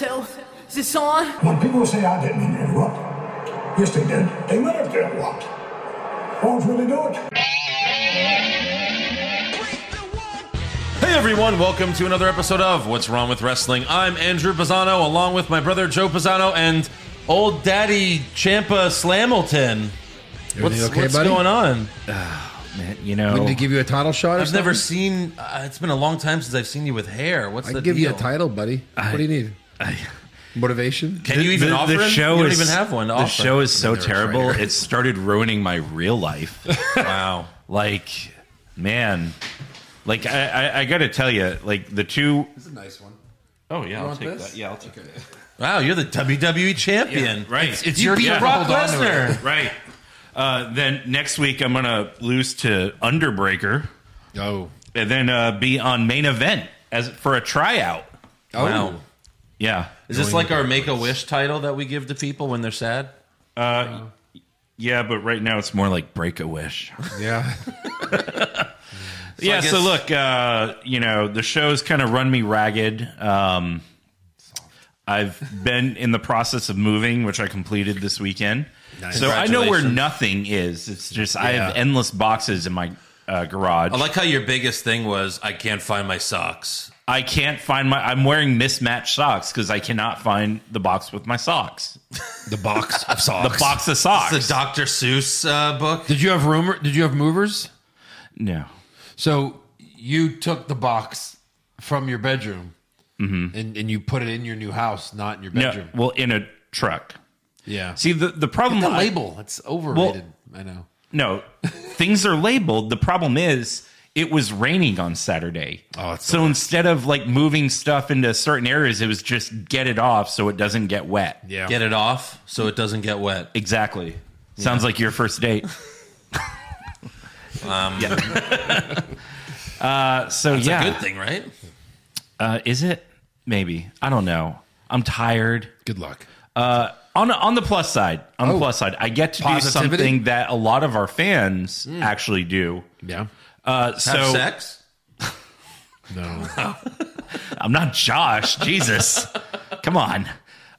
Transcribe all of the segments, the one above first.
Oh, this on? When people say I didn't interrupt, yes, they did. They might have interrupted. Won't really do it. Hey everyone, welcome to another episode of What's Wrong with Wrestling. I'm Andrew Pisano, along with my brother Joe Pisano and old daddy Champa Slamilton. What's, okay, what's buddy? going on? Man, you know, Oh. Wouldn't they give you a title shot? Or I've never something? seen. Uh, it's been a long time since I've seen you with hair. What's I the can give deal? you a title, buddy. what do you need? Motivation? Can you even the, offer the him? show you don't is, even have one. to The offer. show is so They're trying to terrible. hurt It started ruining my real life. wow. like, man, like I, I, I got to tell you, like the two It's a nice one. Oh yeah, I'll want take this? that. Yeah, I'll take that. Wow, you're the WWE champion. Right. It's, it's you beat yeah. Brock Hold on to Lesnar. Right. Uh, then next week I'm gonna lose to Underbreaker, Oh. and then uh, be on main event as for a tryout. oh. Wow. Yeah. Is this like our Make a Wish title that we give to people when they're sad? Yeah, but right now it's more like break a wish. Yeah. yeah. I guess- So look, uh, you know, the show's kind of run me ragged. Um, I've been in the process of moving, which I completed this weekend. So I know where Congratulations. nothing is. It's just I have Yeah. endless boxes in my uh, garage. I like how your biggest thing was I can't find my socks. I can't find my. I'm wearing mismatched socks because I cannot find the box with my socks. the box of The socks. box of socks. It's a Dr. Seuss uh, book. Did you have rumor? Did you have movers? no. So you took the box from your bedroom Mm-hmm. and, and you put it in your new house, not in your No. bedroom. Well, in a truck. Yeah. See the the problem. the I- label. It's overrated. I know. No, things are labeled. The problem is it was raining on Saturday. Oh, it's the so instead of like moving stuff into certain areas, it was just get it off so it doesn't get wet. Yeah. Get it off so it doesn't get wet. Exactly. Sounds like your first date. Yeah. uh, so It's yeah, a good thing, right? Uh, is it? Maybe I don't know. I'm tired. Good luck. On on the plus side, on the Oh. plus side, I get to Positivity? do something that a lot of our fans actually do. Yeah. Uh, so Have sex? No. I'm not Josh. Jesus. Come on.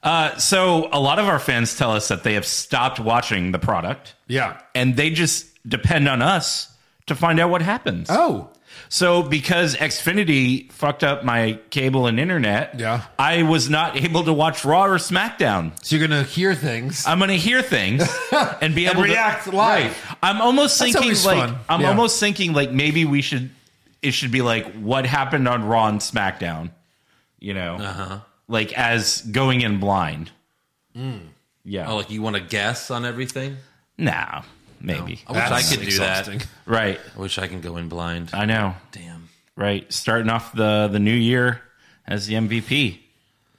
Uh, so, a lot of our fans tell us that they have stopped watching the product yeah. and they just depend on us to find out what happens. Oh. So, because Xfinity fucked up my cable and internet, Yeah. I was not able to watch Raw or SmackDown. So you're gonna hear things. I'm going to hear things and be able react to live. I'm almost thinking always like fun. I'm Yeah. almost thinking like maybe we should it should be like what happened on Raw and SmackDown, you know, uh-huh. like as going in blind. Yeah, Oh, like you want to guess on everything? nah, maybe I wish I That's could do exhausting. that. right. I wish I can go in blind. I know, Damn. right? Starting off the the new year as the MVP.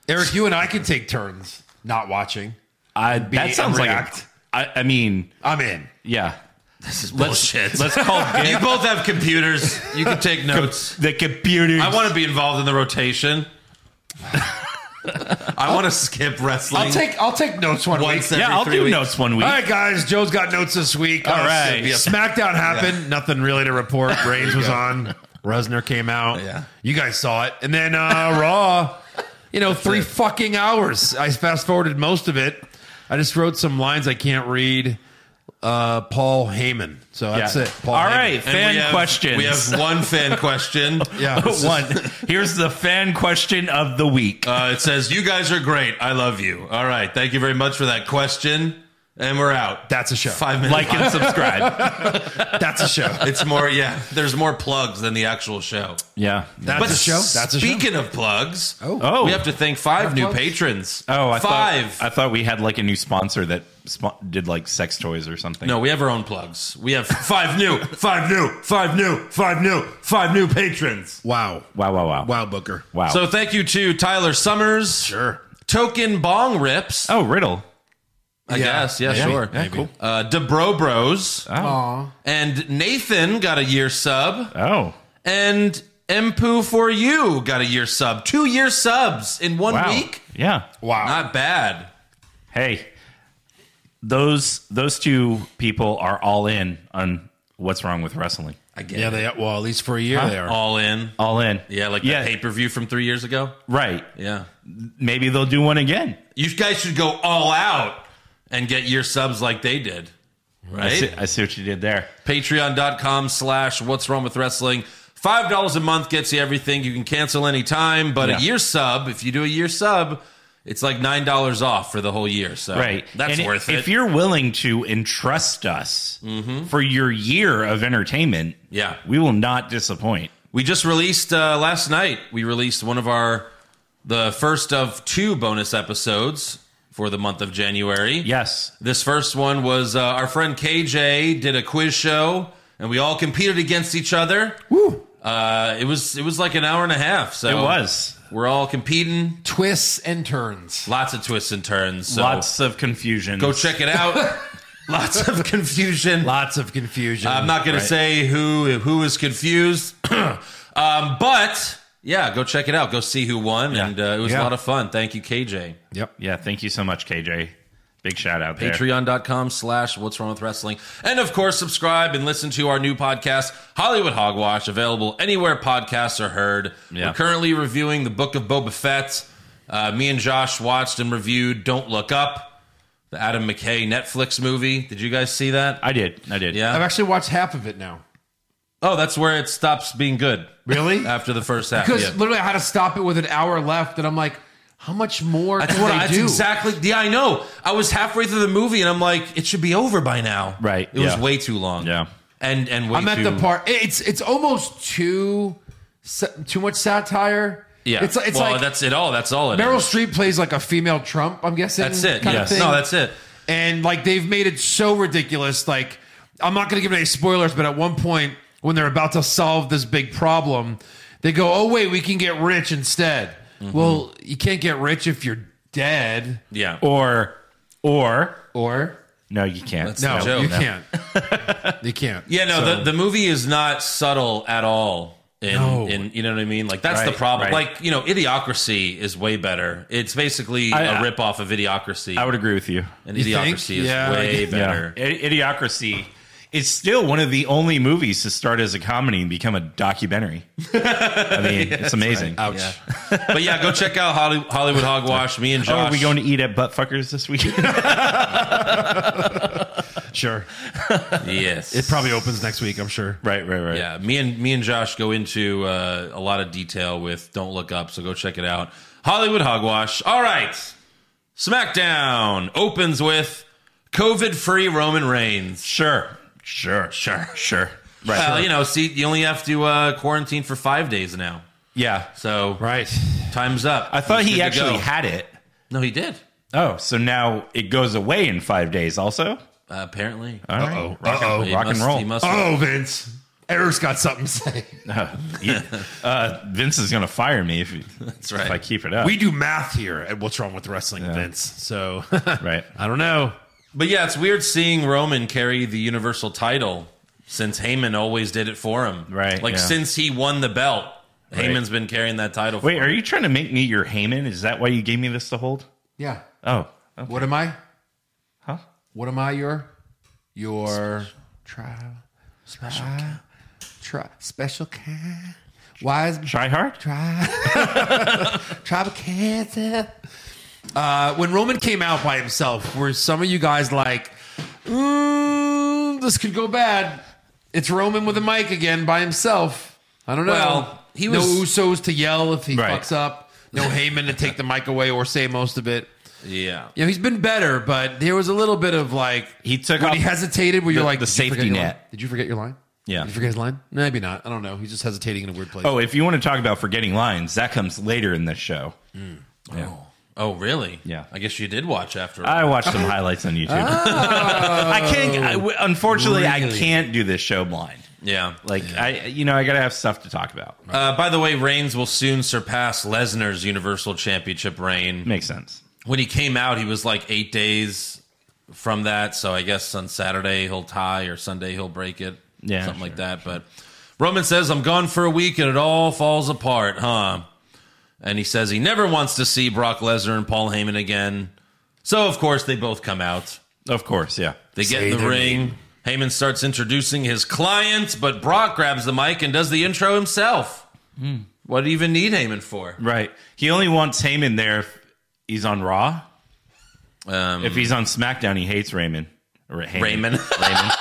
Eric, you You and I can take turns not watching. I that sounds like a, react. I, I mean, I'm in. yeah. This is bullshit. Let's call you Vince both have computers. You can take notes. the computer. I want to be involved in the rotation. I want to skip wrestling. I'll take I'll take notes one week. once every Yeah, I'll three do weeks. notes one week. All right, guys. Joe's got notes this week. All right. SmackDown happened. Nothing really to report. Reigns was on. Resner came out. Yeah. You guys saw it. And then uh, Raw, you know, three fucking hours. I fast forwarded most of it. I just wrote some lines I can't read. Uh, Paul Heyman. So that's Yeah. it. Paul All Heyman. right, And fan we have- questions. We have one fan question. Yeah. this is- one. Here's the fan question of the week. Uh, it says, "You guys are great. I love you." All right, thank you very much for that question, and we're out. That's a show. Five minutes. like and subscribe. That's a show. It's more. Yeah, there's more plugs than the actual show. yeah. That's a show. That's a show. Speaking of plugs, oh. oh. we have to thank five new patrons. oh, I five. thought I thought we had like a new sponsor that spo- did like sex toys or something. no, we have our own plugs. We have five new, five new, five new, five new, five new patrons. Wow. Wow, wow, wow. Wow, Booker. Wow. So thank you to Tyler Summers, Sure. Token Bong Rips, oh, Riddle. I guess. Yeah, sure. Yeah, cool. Uh, Debro Bros, Aw. and Nathan got a year sub. Oh. and Mpu for you got a year sub. Two year subs in one Wow. week. Yeah. Wow. Not bad. Hey. Those those two people are all in on What's Wrong with Wrestling. I get Yeah, it. they well at least for a year they are. all in. All in. Yeah, like yeah, that pay per view from three years ago. right. Yeah, Maybe they'll do one again. you guys should go all out and get your subs like they did. I see, Right? I see what you did there. Patreon.com slash What's Wrong with Wrestling. Five dollars a month gets you everything. You can cancel anytime, but Yeah. a year sub, if you do a year sub, it's like nine dollars off for the whole year. So Right. Oh, that's And worth If it. Mm-hmm. you're willing to entrust us for your year of entertainment, Yeah. we will not disappoint. We just released uh, last night. We released one of our the first of two bonus episodes for the month of January. Yes. This first one was uh, our friend KJ did a quiz show, and we all competed against each other. Woo! Uh, it was it was like an hour and a half. So It was. We're all competing. Twists and turns. Lots of twists and turns. So Lots of confusion. go check it out. Lots of confusion. Lots of confusion. I'm not going to say who who is confused, um, but yeah, go check it out. Go see who won, and uh, it was Yeah. a lot of fun. Thank you, KJ. Yeah. Thank you so much, KJ. Big shout out there. Patreon.com slash What's Wrong with Wrestling, and of course, subscribe and listen to our new podcast, Hollywood Hogwash, available anywhere podcasts are heard. Yeah. We're currently reviewing the Book of Boba Fett. Uh, me and Josh watched and reviewed Don't Look Up, the Adam McKay Netflix movie. Did you guys see that? I did. I did. Yeah. I've actually watched half of it now. Oh, that's where it stops being good. Really? After the first half. Because Uh, yeah. literally, I had to stop it with an hour left, and I'm like, how much more That's can what they I, that's do? exactly. Yeah, I know. I was halfway through the movie and I'm like, it should be over by now. Right, It yeah. was way too long. Yeah. And and way I'm at too, the part. It's it's almost too sa- too much satire. Yeah. it's it's well, like that's it all. That's all it Meryl is. Streep plays like a female Trump. I'm guessing. That's it. kind of Yes. thing. No, that's it. and like they've made it so ridiculous. Like I'm not going to give any spoilers, but at one point when they're about to solve this big problem, they go, "Oh wait, we can get rich instead." Mm-hmm. Well, you can't get rich if you're dead, Yeah. Or, or, or no, you can't. That's no, the joke. you No. can't. you can't. yeah, no, the, the movie is not subtle at all. In, No. in you know what I mean? Like that's the Right, problem. right. Like, you know, Idiocracy is way better. It's basically I- a I- rip off of Idiocracy. I would agree with you. and You think? Idiocracy is Yeah. way Yeah. better. I- Idiocracy is still one of the only movies to start as a comedy and become a documentary. I mean, it's amazing. Oh, Ouch. But yeah, go check out Holly, Hollywood Hogwash. Me and Oh, Josh. are we going to eat at Buttfuckers this week? sure. Yes. It probably opens next week, I'm sure. right, right, right. Yeah, me and me and Josh go into uh, a lot of detail with "Don't Look Up," so go check it out. Hollywood hogwash. All right, SmackDown opens with COVID-free Roman Reigns. Sure. Sure. Sure. Sure. Right. Well, you know, see, you only have to uh, quarantine for five days now, yeah. so Right. time's up. I thought He's he good to actually go. had it. No, he did. Oh, so now it goes away in five days also? Uh, apparently, All right. Uh-oh. Rock and- Uh-oh. He rock and must- roll. He must. Oh, Vince. Eric's got something to say. Yeah. Uh, Vince is going to fire me if, That's right. if I keep it up. We do math here at What's Wrong with Wrestling, Vince. So right. I don't know. But yeah, it's weird seeing Roman carry the Universal title since Heyman always did it for him. Right, Like yeah. since he won the belt, Heyman's been carrying that title for Wait, him. are you trying to make me your Heyman? Is that why you gave me this to hold? Yeah. Oh. Okay. What am I? Huh? What am I? Your your trial special ca- tri- special cat. Why is Try hard? Tribe of Cancer. Uh, when Roman came out by himself, were some of you guys like, mm, this could go bad? It's Roman with a mic again by himself. I don't know. Well, he no was- Usos to yell if he Right. fucks up. No Heyman to take the mic away or say most of it. Yeah. You know, he's been better, but there was a little bit of like He took when off he hesitated. Where you're the- like the "Did you forget safety your line? net. Did you forget your line? Yeah. Did you forget his line? Maybe not. I don't know. He's just hesitating in a weird place. Oh, if you want to talk about forgetting lines, that comes later in this show. Oh, really? Yeah. I guess you did watch after. I watched some highlights on YouTube. I can't. I w unfortunately, I can't do this show blind. yeah. Like I, you know, I gotta have stuff to talk about. Uh, by the way, Reigns will soon surpass Lesnar's Universal Championship reign. Makes sense. When he came out, he was like eight days from that. So I guess on Saturday he'll tie or Sunday he'll break it. Yeah, Something like sure. that. But Roman says, I'm gone for a week and it all falls apart, huh? And he says he never wants to see Brock Lesnar and Paul Heyman again. So, of course, they both come out. Of course, yeah. They get Say in the their ring. Heyman starts introducing his clients, but Brock grabs the mic and does the intro himself. What do you even need Heyman for? Right. He only wants Heyman there if he's on Raw. Um, If he's on SmackDown, he hates Raymond. Or Heyman. Raymond. Raymond.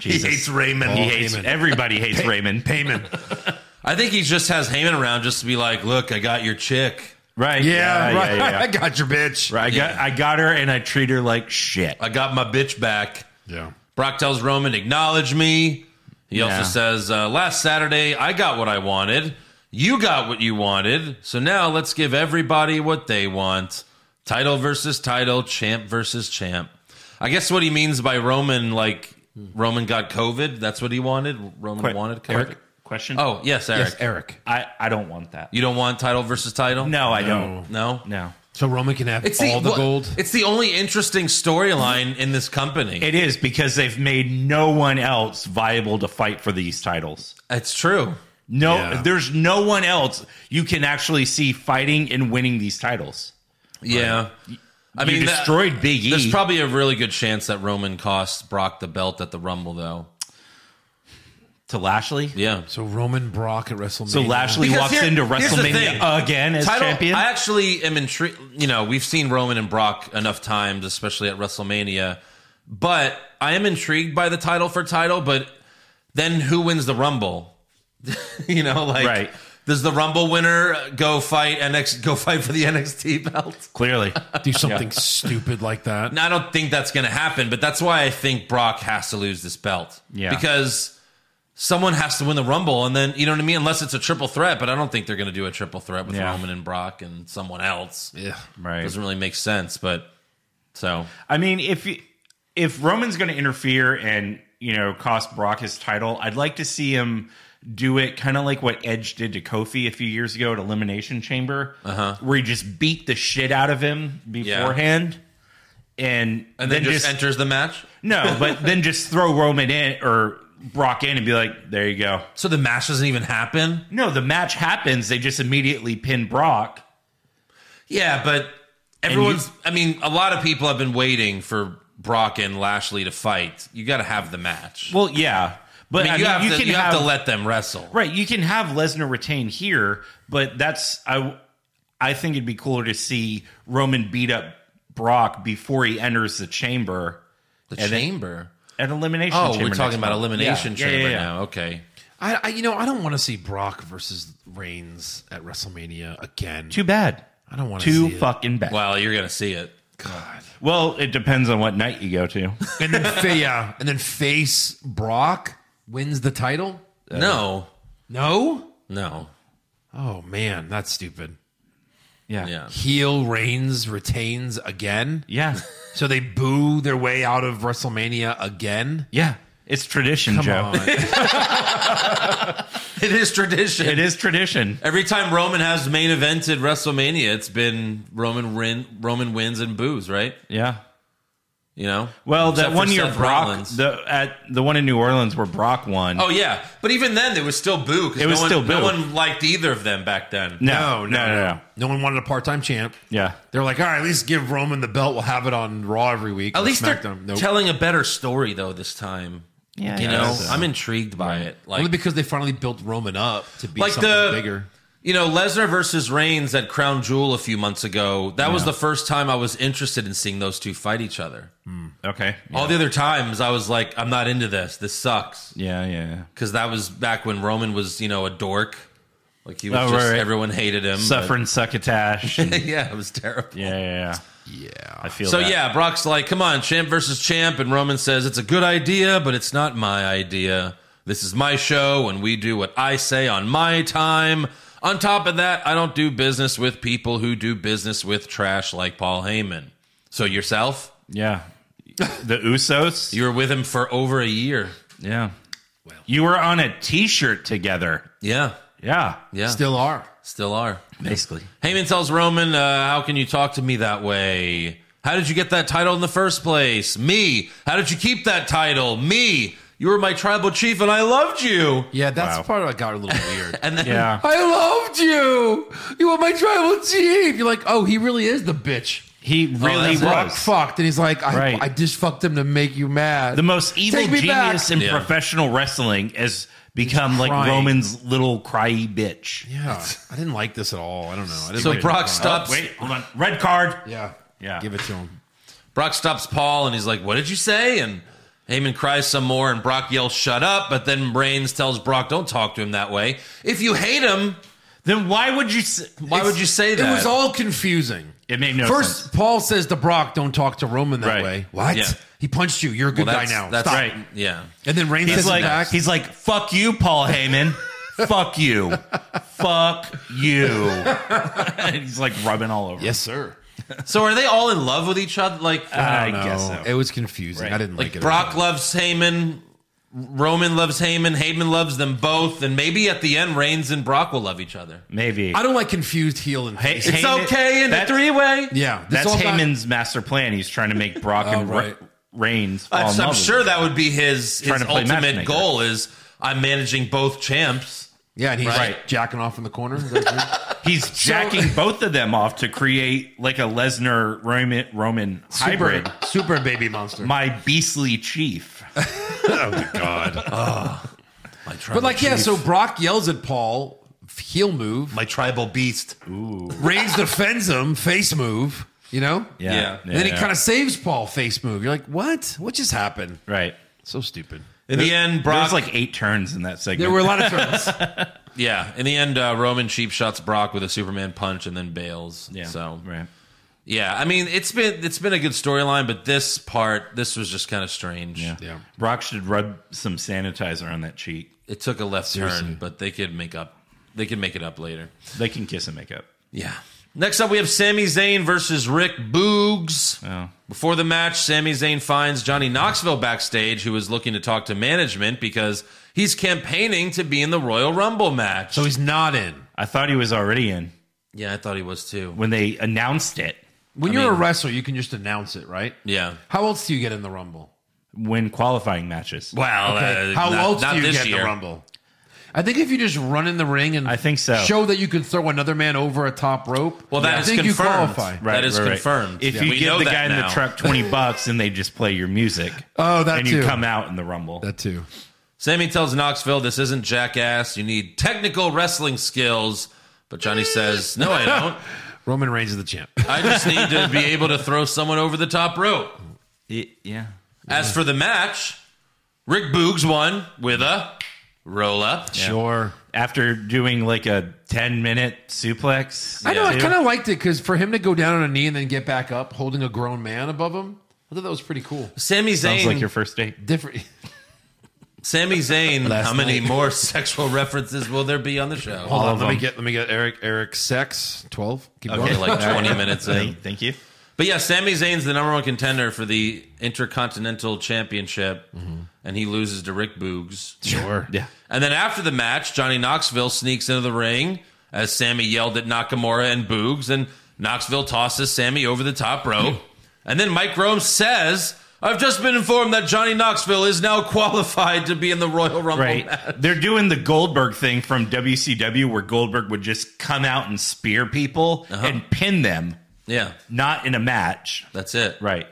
Jesus. He hates Raymond. He hates everybody hates Raymond. Payment. I think he just has Heyman around just to be like, look, I got your chick. Right. Yeah, right. Yeah, yeah, I yeah. got your bitch. Right. I got I got her and I treat her like shit. I got my bitch back. Yeah. Brock tells Roman, acknowledge me. He also Yeah. says, uh, last Saturday, I got what I wanted. You got what you wanted. So now let's give everybody what they want. Title versus title, champ versus champ. I guess what he means by Roman, like Roman got COVID. That's what he wanted. Roman Quick, wanted COVID. Eric, question. Oh, yes, Eric. Yes, Eric. I, I don't want that. You don't want title versus title? No, I don't. No? No. So Roman can have It's all the well, gold. It's the only interesting storyline in this company. It is because they've made no one else viable to fight for these titles. it's true. No, Yeah. there's no one else you can actually see fighting and winning these titles. Yeah. I you that- destroyed Big E. There's probably a really good chance that Roman costs Brock the belt at the Rumble, though. to Lashley. E. Yeah. So Roman Brock at WrestleMania. So Lashley Because walks here- into here's the thing. WrestleMania again as Title, champion. I actually am intrigued. You know, we've seen Roman and Brock enough times, especially at WrestleMania, but I am intrigued by the title for title. But then who wins the Rumble? you know, like. Right. Does the Rumble winner go fight NX go fight for the NXT belt? Clearly, do something stupid like that. And I don't think that's going to happen, but that's why I think Brock has to lose this belt. Yeah. Because someone has to win the Rumble, and then, you know what I mean? Unless it's a triple threat, but I don't think they're going to do a triple threat with Yeah. Roman and Brock and someone else. It Yeah. right? doesn't really make sense, but so. I mean, if you, if Roman's going to interfere and you know cost Brock his title, I'd like to see him do it kind of like what Edge did to Kofi a few years ago at Elimination Chamber, uh-huh. where he just beat the shit out of him beforehand, and And then, just, enters the match. no, but then just throw Roman in or Brock in and be like, there you go. So the match doesn't even happen? No, the match happens. They just immediately pin Brock. Yeah, but everyone's, I mean, a lot of people have been waiting for Brock and Lashley to fight. You got to have the match. Well, yeah, but I mean, you, have, to, can you have, to let them wrestle. Right, you can have Lesnar retain here, but that's I I think it'd be cooler to see Roman beat up Brock before he enters the chamber The And then- chamber. at elimination. Oh, chamber we're next talking about month. elimination Yeah, yeah, chamber yeah, yeah. now. Okay. I, I you know, I don't want to see Brock versus Reigns at WrestleMania again. Too bad. I don't want to Too see it. fucking bad. Well, you're gonna see it. God. Well, it depends on what night you go to. And then fa- yeah, and then face Brock wins the title? no, No? no. Oh man, that's stupid. Yeah. Heel Reigns retains again. yeah, So they boo their way out of WrestleMania again. yeah. It's tradition, Come Joe. on. It is tradition. It is tradition. Every time Roman has main evented WrestleMania, it's been Roman win, Roman wins and boos, right? Yeah. You know. Well, Except that for one year Seth Brock, Rollins. the at the one in New Orleans where Brock won. oh yeah, but even then, there was still boo. 'cause It was no one, still No boo. one liked either of them back then. no, no, no, no, No one wanted a part-time champ. Yeah, They're like, all right, at least give Roman the belt. We'll have it on Raw every week. At or least they're SmackDown. Nope. telling a better story though this time. yeah. You yeah. know, so. I'm intrigued by it. Like only because they finally built Roman up to be Like something the- bigger. You know, Lesnar versus Reigns at Crown Jewel a few months ago, that was the first time I was interested in seeing those two fight each other. Okay. All the other times I was like, I'm not into this. This sucks. Yeah, yeah. yeah. Because that was back when Roman was, you know, a dork. Like he was Oh, just, right, right. everyone hated him. but- Suffering succotash. and- yeah, it was terrible. yeah, yeah, yeah. I feel So that. yeah, Brock's like, "Come on, champ versus champ," and Roman says, "It's a good idea, but it's not my idea. This is my show, and we do what I say on my time. On top of that, I don't do business with people who do business with trash like Paul Heyman. So yourself, yeah. The Usos. you were with him for over a year. yeah. You were on a T-shirt together. Yeah, Yeah. yeah, Still are. still are." Basically. Heyman tells Roman, uh, "How can you talk to me that way? How did you get that title in the first place? Me? How did you keep that title? Me? You were my tribal chief, and I loved you." Yeah, that's Wow. part of it got a little weird. And then Yeah. I loved you. You were my tribal chief. You're like, oh, he really is the bitch. He really that's Brock was fucked, and he's like, I, Right. I just fucked him to make you mad. the most evil Take me genius back. in Yeah. professional wrestling. Has become like crying. Roman's little cryy bitch. yeah, I didn't like this at all. I don't know. I didn't So like Brock it. stops. Wait, hold on. Red card. Yeah, Yeah. Give it to him. Brock stops Paul and he's like, "What did you say?" And Heyman cries some more, and Brock yells, "Shut up!" But then Reigns tells Brock, "Don't talk to him that way. If you hate him, Then why would you? s- why would you say that?" It was all confusing. It made no First, sense. Paul says to Brock, "Don't talk to Roman that Right. way." What? Yeah. He punched you. You're a Well, good guy that's- now. That's Stop. Right. Yeah. And then Reigns He's says it like, back. he's like, fuck you, Paul Heyman. fuck you. Fuck you. and he's like rubbing all over. yes, sir. So are they all in love with each other? Like, Uh, I, No, guess so. it was confusing. Right. I didn't like, like it. at Brock all. loves Heyman, Roman loves Heyman, Heyman loves them both, and maybe at the end, Reigns and Brock will love each other. Maybe. I don't like confused heel and Hey- face. It's Heyman- okay in the that- three way. yeah, this That's all got- Heyman's master plan. He's trying to make Brock and Re- right. Reigns. fall in I'm, I'm love with sure him. that would be his, Trying his to play ultimate matchmaker. goal is I'm managing both champs. Yeah, and he's Right. like jacking off in the corner. Is that true? he's jacking both of them off to create like a Lesnar Roman Roman hybrid. Super, super baby monster. My beastly chief. My but like, yeah, so Brock yells at Paul, heel move. my tribal beast. Reigns defends him, face move. You know. Yeah. Yeah. yeah. And And then he kind of saves Paul, face move. You're like, what? What just happened? right. So stupid. In the end, Brock There's like eight turns in that segment. There were a lot of turns. yeah. In the end, uh, Roman cheap shots Brock with a Superman punch and then bails. yeah. So right. yeah, I mean it's been it's been a good storyline, but this part this was just kind of strange. Yeah. Brock should rub some sanitizer on that cheek. It took a left turn, but they could make up. They could make it up later. They can kiss and make up. Yeah. Next up, we have Sami Zayn versus Rick Boogs. Oh. Before the match, Sami Zayn finds Johnny Knoxville backstage, who is looking to talk to management because he's campaigning to be in the Royal Rumble match. So he's not in. I thought he was already in yeah, I thought he was too. when they announced it. When you're a wrestler, you can just announce it, right? Yeah. How else do you get in the Rumble? Win qualifying matches. Well, Okay. uh, How not- else not do you this get in year. the Rumble? I think if you just run in the ring and I think so. show that you can throw another man over a top rope, Well, that I is think confirmed. you qualify. Right. That is confirmed. If Yeah. you We know give the that guy in now. the truck twenty bucks and they just play your music, Oh, that and too. you come out in the rumble. That too. Sammy tells Knoxville this isn't jackass. You need technical wrestling skills. But Johnny says, No, I don't. Roman Reigns is the champ. I just need to be able to throw someone over the top rope. It- yeah, As for the match, Rick Boogs won with a roll up. Sure. after doing like a ten minute suplex, I know. I Yeah. kind of liked it because for him to go down on a knee and then get back up, holding a grown man above him, I thought that was pretty cool. Sami Zayn. sounds like your first date. Different. Sami Zayn. Last how many night. more sexual references will there be on the show? Hold All on. of Let me them. get. Let me get Eric. Eric sex twelve. Keep Okay, going. like 20 minutes in. Thank, thank you. But yeah, Sami Zayn's the number one contender for the Intercontinental Championship, Mm-hmm. and he loses to Rick Boogs. Sure. Yeah, And then after the match, Johnny Knoxville sneaks into the ring as Sammy yelled at Nakamura and Boogs, and Knoxville tosses Sammy over the top rope. and then Mike Rome says, I've just been informed that Johnny Knoxville is now qualified to be in the Royal Rumble right. match. They're doing the Goldberg thing from WCW, where Goldberg would just come out and spear people Uh-huh. and pin them, Yeah, not in a match. that's it. Right.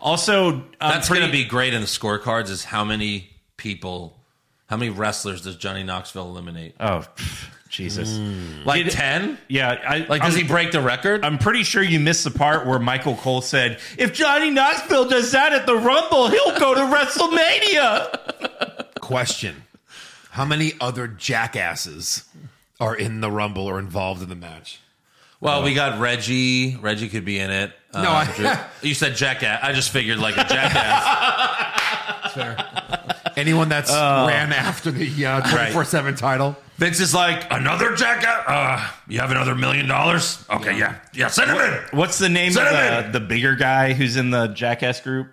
Also, um, That's pretty- going to be great in the scorecards is how many people, how many wrestlers does Johnny Knoxville eliminate? Oh, pff, Jesus. Like 10? Yeah. I, Mm. Like, does I'm, he break the record? I'm pretty sure you missed the part where Michael Cole said, "If Johnny Knoxville does that at the Rumble, he'll go to WrestleMania." Question: How many other jackasses are in the Rumble or involved in the match? Well, we got Reggie. Reggie could be in it. No, I- you said jackass. I just figured like a jackass. That's fair. Anyone that's Uh. ran after the twenty four seven title. Vince is like, another jacket? Uh, you have another million dollars? Okay, yeah. Yeah, send him in. What's the name Send him of the, the bigger guy who's in the Jackass group?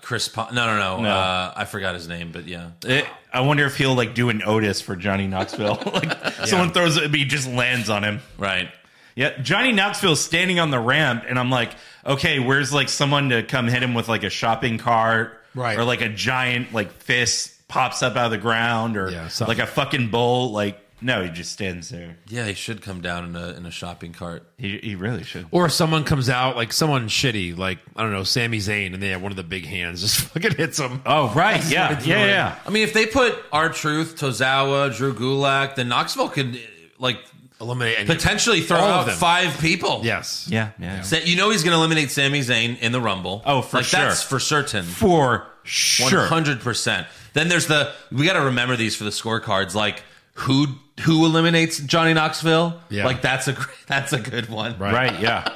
Chris Pon- No, no, no. Uh, I forgot his name, but yeah. Eh, I wonder if he'll like do an Otis for Johnny Knoxville. like someone throws it, but he just lands on him. Right. Yeah, Johnny Knoxville's standing on the ramp, and I'm like, okay, where's like someone to come hit him with like a shopping cart, Right. Or like a giant like fist pops up out of the ground, or Yeah, something. like a fucking bull like No, he just stands there. Yeah, he should come down in a in a shopping cart. He, he really should. Or someone comes out like someone shitty, like I don't know, Sami Zayn, and they have one of the big hands just fucking hits him. Oh, right. Yeah. Yeah, yeah. I mean, if they put our truth, Tozawa, Drew Gulak, then Knoxville could eh, like Eliminate any- potentially throw All of out them. five people. Yes. Yeah. Yeah. Sa- you know he's going to eliminate Sami Zayn in the Rumble. Oh, for Like, sure. That's for certain. For One sure. hundred percent. Then there's the we got to remember these for the scorecards. Like who who eliminates Johnny Knoxville? Yeah. Like that's a gr- that's a good one. Right. Yeah.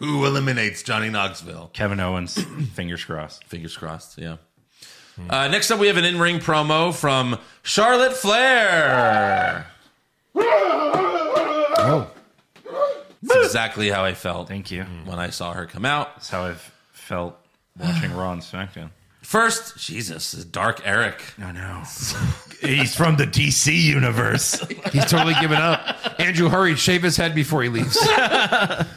Who eliminates Johnny Knoxville? Kevin Owens, fingers crossed. Fingers crossed. Yeah. Uh, next up, we have an in-ring promo from Charlotte Flair. That's exactly how I felt Thank you. when I saw her come out. That's how I've felt watching Raw and SmackDown. First, Jesus, this is Dark Eric. No, no. He's from the DC universe. He's totally given up. Andrew, hurry, shave his head before he leaves.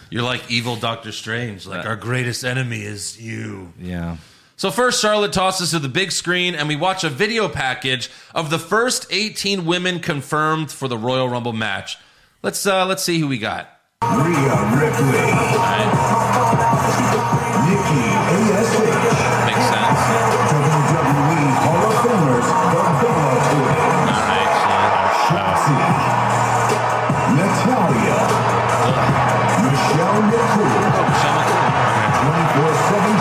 You're like evil Doctor Strange. Like our greatest enemy is you. yeah. So first, Charlotte tosses to the big screen, and we watch a video package of the first 18 women confirmed for the Royal Rumble match. Let's uh, let's see who we got. Rhea Ripley. Nikki A.S.H. Makes sense. WWE E Hall of Famers, The Bella Twins. Shotzi. Natalia. Michelle McCool. Michelle 24-7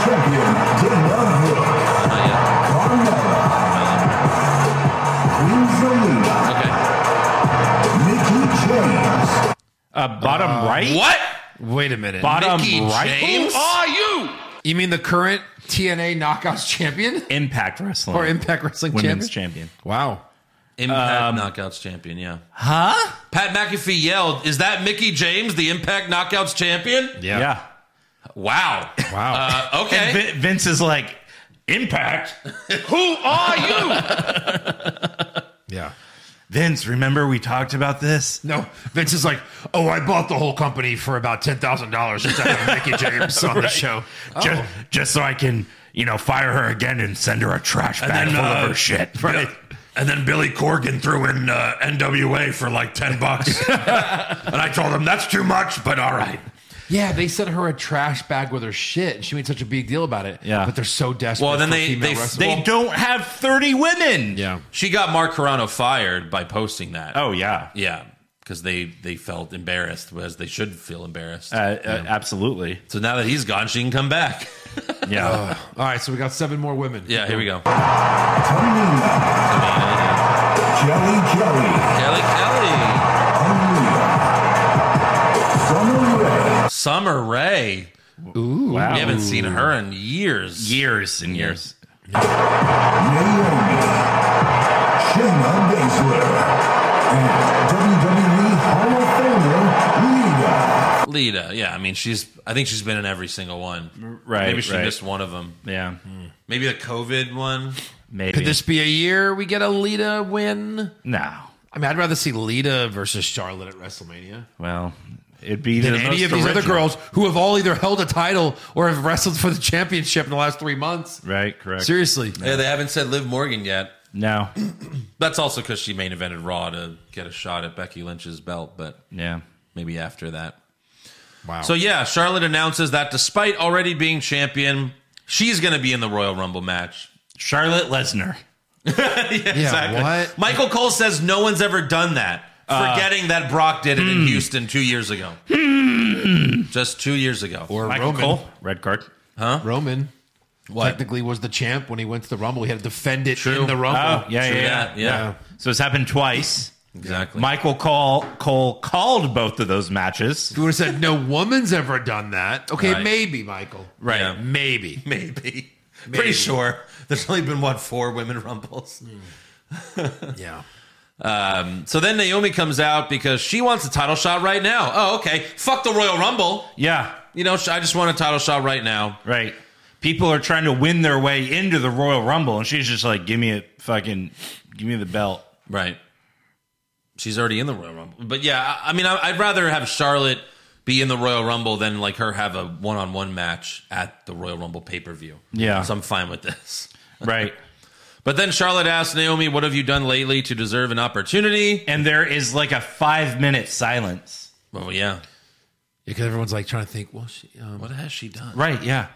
champion, Dana Brooke. McCool. Not yet. Carmella. Queen Zelina. Okay. Nikki James. Uh, bottom right? What? Wait a minute. Bottom Mickey right? James? Who are you? You mean the current TNA Knockouts champion Impact Wrestling. or Impact Wrestling Women's champion? champion. Wow. Impact Knockouts champion. Yeah. Um, Huh? Pat McAfee yelled, "Is that Mickey James, the Impact Knockouts champion?" Yeah. Wow. Wow. Uh, okay. And Vin- Vince is like, Impact? Who are you? yeah. Vince, remember we talked about this? No, Vince is like, oh, I bought the whole company for about ten thousand dollars just to have Mickey James on the show. Ju- Just, so I can, Oh. you know, fire her again and send her a trash bag full of her shit. Right. uh, And then Billy Corgan threw in uh, NWA for like 10 bucks. and I told him, that's too much, but all right. Yeah, they sent her a trash bag with her shit, and she made such a big deal about it. Yeah. but they're so desperate. Well, then for they- female they- wrestlers. They don't have 30 women. yeah, She got Mark Carano fired by posting that. Oh, yeah. Yeah, because they they felt embarrassed, as they should feel embarrassed. Uh, uh, Absolutely. so now that he's gone, she can come back. Yeah. all right. So we got seven more women. Yeah, here we go. Tamina. Jelly Jelly. Kelly Kelly, Aaliyah. Summer Rae. Summer Ray. wow. We haven't seen her in years. years and years. Naomi. Shayna Baszler. And WWE Hall of Famer, Lita. Lita. Uh, Yeah, I mean she's. I think she's been in every single one. Right, Maybe she right. missed one of them. Yeah. Maybe the COVID one. Maybe. Could this be a year we get a Lita win? no. I mean, I'd rather see Lita versus Charlotte at WrestleMania Well, it'd be than the any most of these other original. girls who have all either held a title or have wrestled for the championship in the last three months. Right, correct. Seriously, Yeah, they haven't said Liv Morgan yet. No. That's also because she main evented Raw to get a shot at Becky Lynch's belt, but Yeah. maybe after that. wow. So yeah, Charlotte announces that despite already being champion, she's going to be in the Royal Rumble match. Charlotte Lesnar. yeah, what? Uh, Michael Cole says no one's ever done that, forgetting that Brock did it hmm. in Houston two years ago. Just two years ago. Or Michael Roman? Cole. Red card. Roman What? technically was the champ when he went to the Rumble. He had to defend it True. in the Rumble. Oh, yeah, yeah, True yeah. that, yeah. So it's happened twice. Exactly. Michael Cole, Cole called both of those matches. If you would have said no woman's ever done that, okay, Right. maybe Michael, Right. Yeah. Maybe. Maybe. Pretty sure. There's only been what four women rumbles. Hmm. Yeah. Um, so then Naomi comes out because she wants a title shot right now. Oh, okay. Fuck the Royal Rumble. Yeah, You know, sh- I just want a title shot right now. right. People are trying to win their way into the Royal Rumble, and she's just like, "Give me a fucking, give me the belt." Right. She's already in the Royal Rumble. But yeah, I, I mean, I, I'd rather have Charlotte be in the Royal Rumble than like her have a one on one match at the Royal Rumble pay per view. Yeah. So I'm fine with this. Right. But then Charlotte asks Naomi, "What have you done lately to deserve an opportunity?" And there is like a five minute silence. Oh yeah, because everyone's like trying to think. Well, she, um, what has she done? Right, yeah.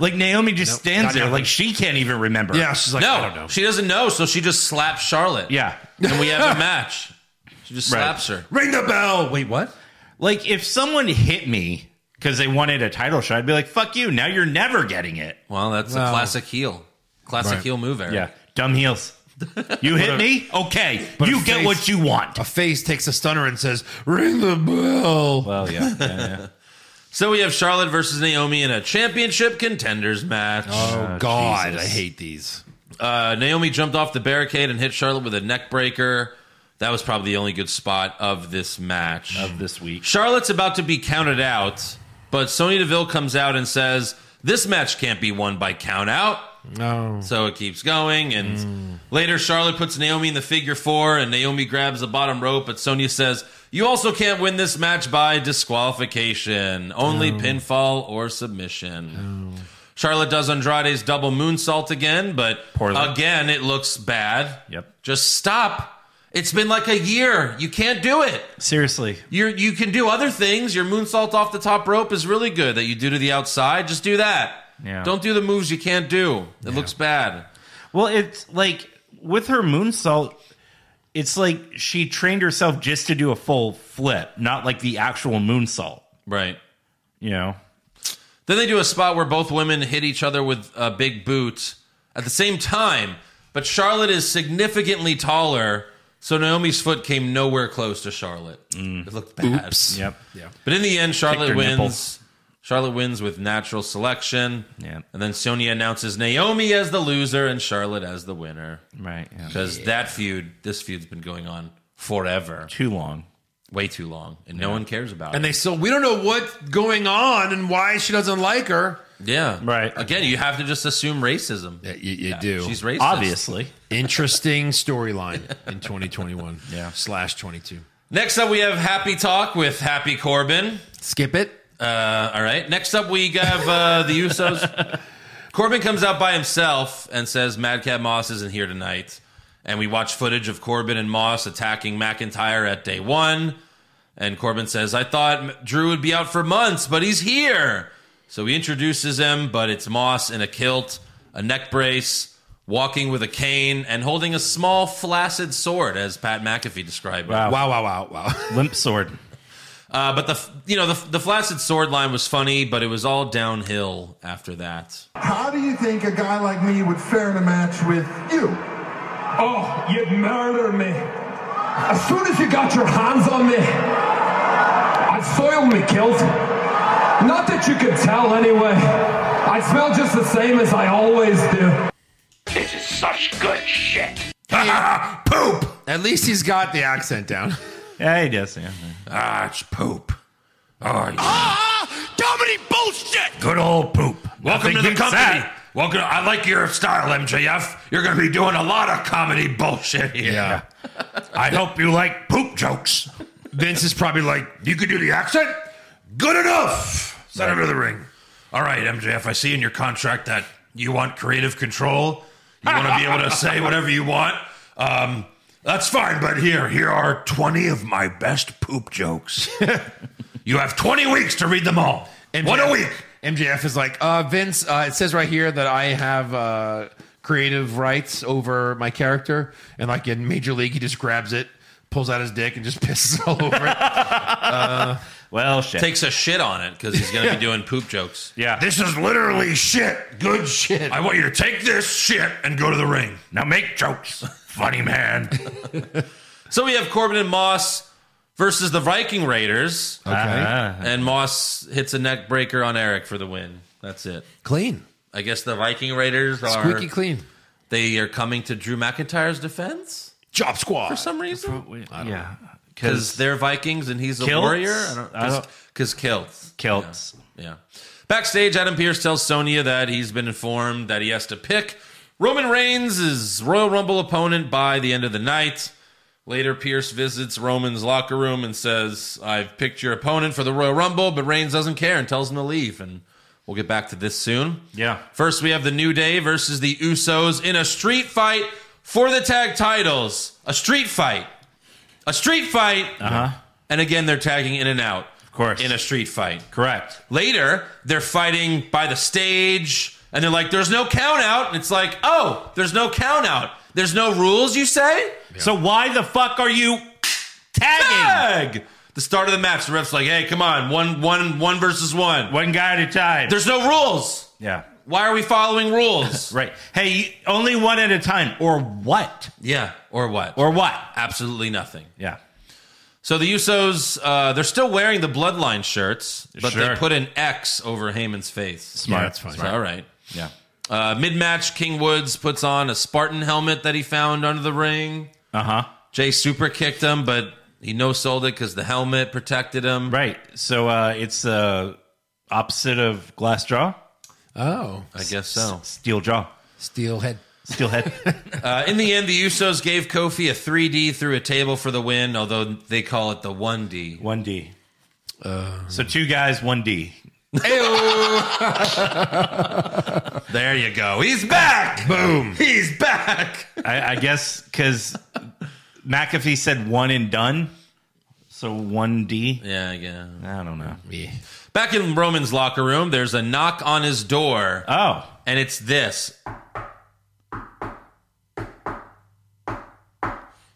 Like Naomi just stands there, like she can't even remember. yeah, she's like, No, I don't know. she doesn't know, so she just slaps Charlotte. Yeah. and we have a match. She just Right. slaps her. Ring the bell. Wait, what? Like if someone hit me because they wanted a title shot, I'd be like, fuck you. Now you're never getting it. Well, that's a Wow. classic heel, classic Right. heel move. Eric. Yeah. Dumb heels. You hit me? Okay. a You get face- what you want. A face takes a stunner and says, "Ring the bell." Well, yeah. So we have Charlotte versus Naomi in a championship contenders match. oh God, I hate these. Uh, Naomi jumped off the barricade and hit Charlotte with a neck breaker. That was probably the only good spot of this match. Of this week. Charlotte's about to be counted out, but Sonya Deville comes out and says, This match can't be won by count out. No. So it keeps going. And later, Charlotte puts Naomi in the figure four, and Naomi grabs the bottom rope. But Sonya says, You also can't win this match by disqualification, only pinfall or submission. Charlotte does Andrade's double moonsault again, but Poorly. again, it looks bad. Yep. Just stop. It's been like a year. You can't do it. Seriously. You're, you can do other things. Your moonsault off the top rope is really good that you do to the outside. Just do that. Yeah. Don't do the moves you can't do. It looks bad. Well, it's like with her moonsault, it's like she trained herself just to do a full flip, not like the actual moonsault, Right. you know? Then they do a spot where both women hit each other with a big boot at the same time, but Charlotte is significantly taller, so Naomi's foot came nowhere close to Charlotte. It looked bad. Yep. But in the end, Charlotte Mm. her wins. nipple. Charlotte wins with natural selection. Yeah. And then Sonya announces Naomi as the loser and Charlotte as the winner. Right. yeah. Because that feud, this feud's been going on forever, Too long. way too long, and no one cares about And it. they still, we don't know what's going on and why she doesn't like her. yeah, Right. Again, you have to just assume racism. you, do. She's racist. Obviously. Interesting storyline in 2021. Yeah. Slash 22. Next up, we have Happy Talk with Happy Corbin. Skip it. Uh, all right. Next up, we have uh, the Usos. Corbin comes out by himself and says Madcap Moss isn't here tonight. And we watch footage of Corbin and Moss attacking McIntyre at day one. And Corbin says, I thought Drew would be out for months, but he's here. So he introduces him, but it's Moss in a kilt, a neck brace, walking with a cane, and holding a small flaccid sword, as Pat McAfee described it. Wow. Wow, wow, wow, wow. Limp sword. Uh, but the you know the the flaccid sword line was funny, but it was all downhill after that. How do you think a guy like me would fare in a match with you? Oh, you'd murder me. As soon as you got your hands on me, I'd soiled me kilt. Not that you could tell anyway. I smell just the same as I always do. This is such good shit. Poop. At least he's got the accent down. Yeah, he does. Yeah. Ah, it's poop. Oh, you Comedy bullshit. good old poop. Welcome Nothing to the beats company. that. Welcome. I like your style, MJF. You're going to be doing a lot of comedy bullshit here. Yeah. I hope you like poop jokes. Vince is probably like, You can do the accent. Good enough. Send him to the ring. All right, MJF. I see in your contract that you want creative control. You want to be able to say whatever you want. Um, that's fine, but here, here are 20 of my best poop jokes. you have 20 weeks to read them all. One a week. MJF is like, uh, Vince, uh, it says right here that I have uh, creative rights over my character. And like in Major League, he just grabs it, pulls out his dick, and just pisses all over it. Well, shit. Takes a shit on it because he's going to be doing poop jokes. yeah. This is literally shit. Good shit. I want you to take this shit and go to the ring. Now make jokes. Funny man. So we have Corbin and Moss versus the Viking Raiders, Ah. and Moss hits a neck breaker on Eric for the win. That's it. Clean. I guess the Viking Raiders are Squeaky clean. they are coming to Drew McIntyre's defense Job squad. for some reason yeah. because they're Vikings and he's a Kilts? warrior. I don't I don't- because kilts. Celts. Yeah. Backstage, Adam Pierce tells Sonya that he's been informed that he has to pick Roman Reigns' as Royal Rumble opponent by the end of the night. Later, Pierce visits Roman's locker room and says, I've picked your opponent for the Royal Rumble, but Reigns doesn't care and tells him to leave. And We'll get back to this soon. Yeah. First, we have the New Day versus the Usos in a street fight for the tag titles. A street fight. A street fight. Uh huh. And again, they're tagging in and out. Of Uh-huh. course. In a street fight. Correct. Later, they're fighting by the stage, and they're like, "There's no count out," and it's like, "Oh, there's no count out. There's no rules." You say So why the fuck are you tagging? tag. The start of the match, the ref's like, "Hey, come on, one, one, one versus one. One guy at a time. There's no rules. yeah. Why are we following rules?" Right. Hey, you- only one at a time. Or what? Yeah, or what? Or what? absolutely nothing. Yeah. So the Usos, uh, they're still wearing the Bloodline shirts, but Sure. they put an X over Heyman's face. Smart. that's fine. So, all right. Yeah. Uh, Mid match, King Woods puts on a Spartan helmet that he found under the ring. Uh huh. Jay super kicked him, but he no sold it because the helmet protected him. Right. So uh, it's uh, opposite of glass jaw, Oh, I guess so. steel jaw, steelhead. steel head. Uh, in the end, the Usos gave Kofi a 3D through a table for the win, although they call it the 1D. one D. so two guys, one D. There you go. He's back. Boom. He's back. I, I guess because McAfee said one and done. So one D. Yeah, yeah. I don't know. Back in Roman's locker room, there's a knock on his door, Oh, and it's this.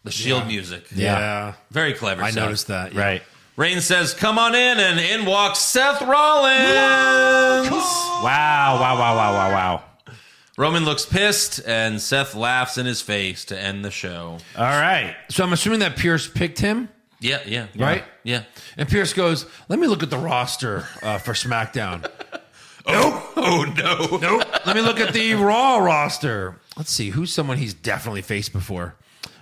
The shield music. Yeah. Very clever. I Seth. noticed that. Yeah. right. Rain says, "Come on in," and in walks Seth Rollins. Wow, wow, wow, wow, wow, wow. Roman looks pissed, and Seth laughs in his face to end the show. All right. So I'm assuming that Pierce picked him, Yeah, yeah, right? yeah. And Pierce goes, "Let me look at the roster uh, for SmackDown. Oh, oh no, nope. Let me look at the Raw roster. Let's see who's someone he's definitely faced before.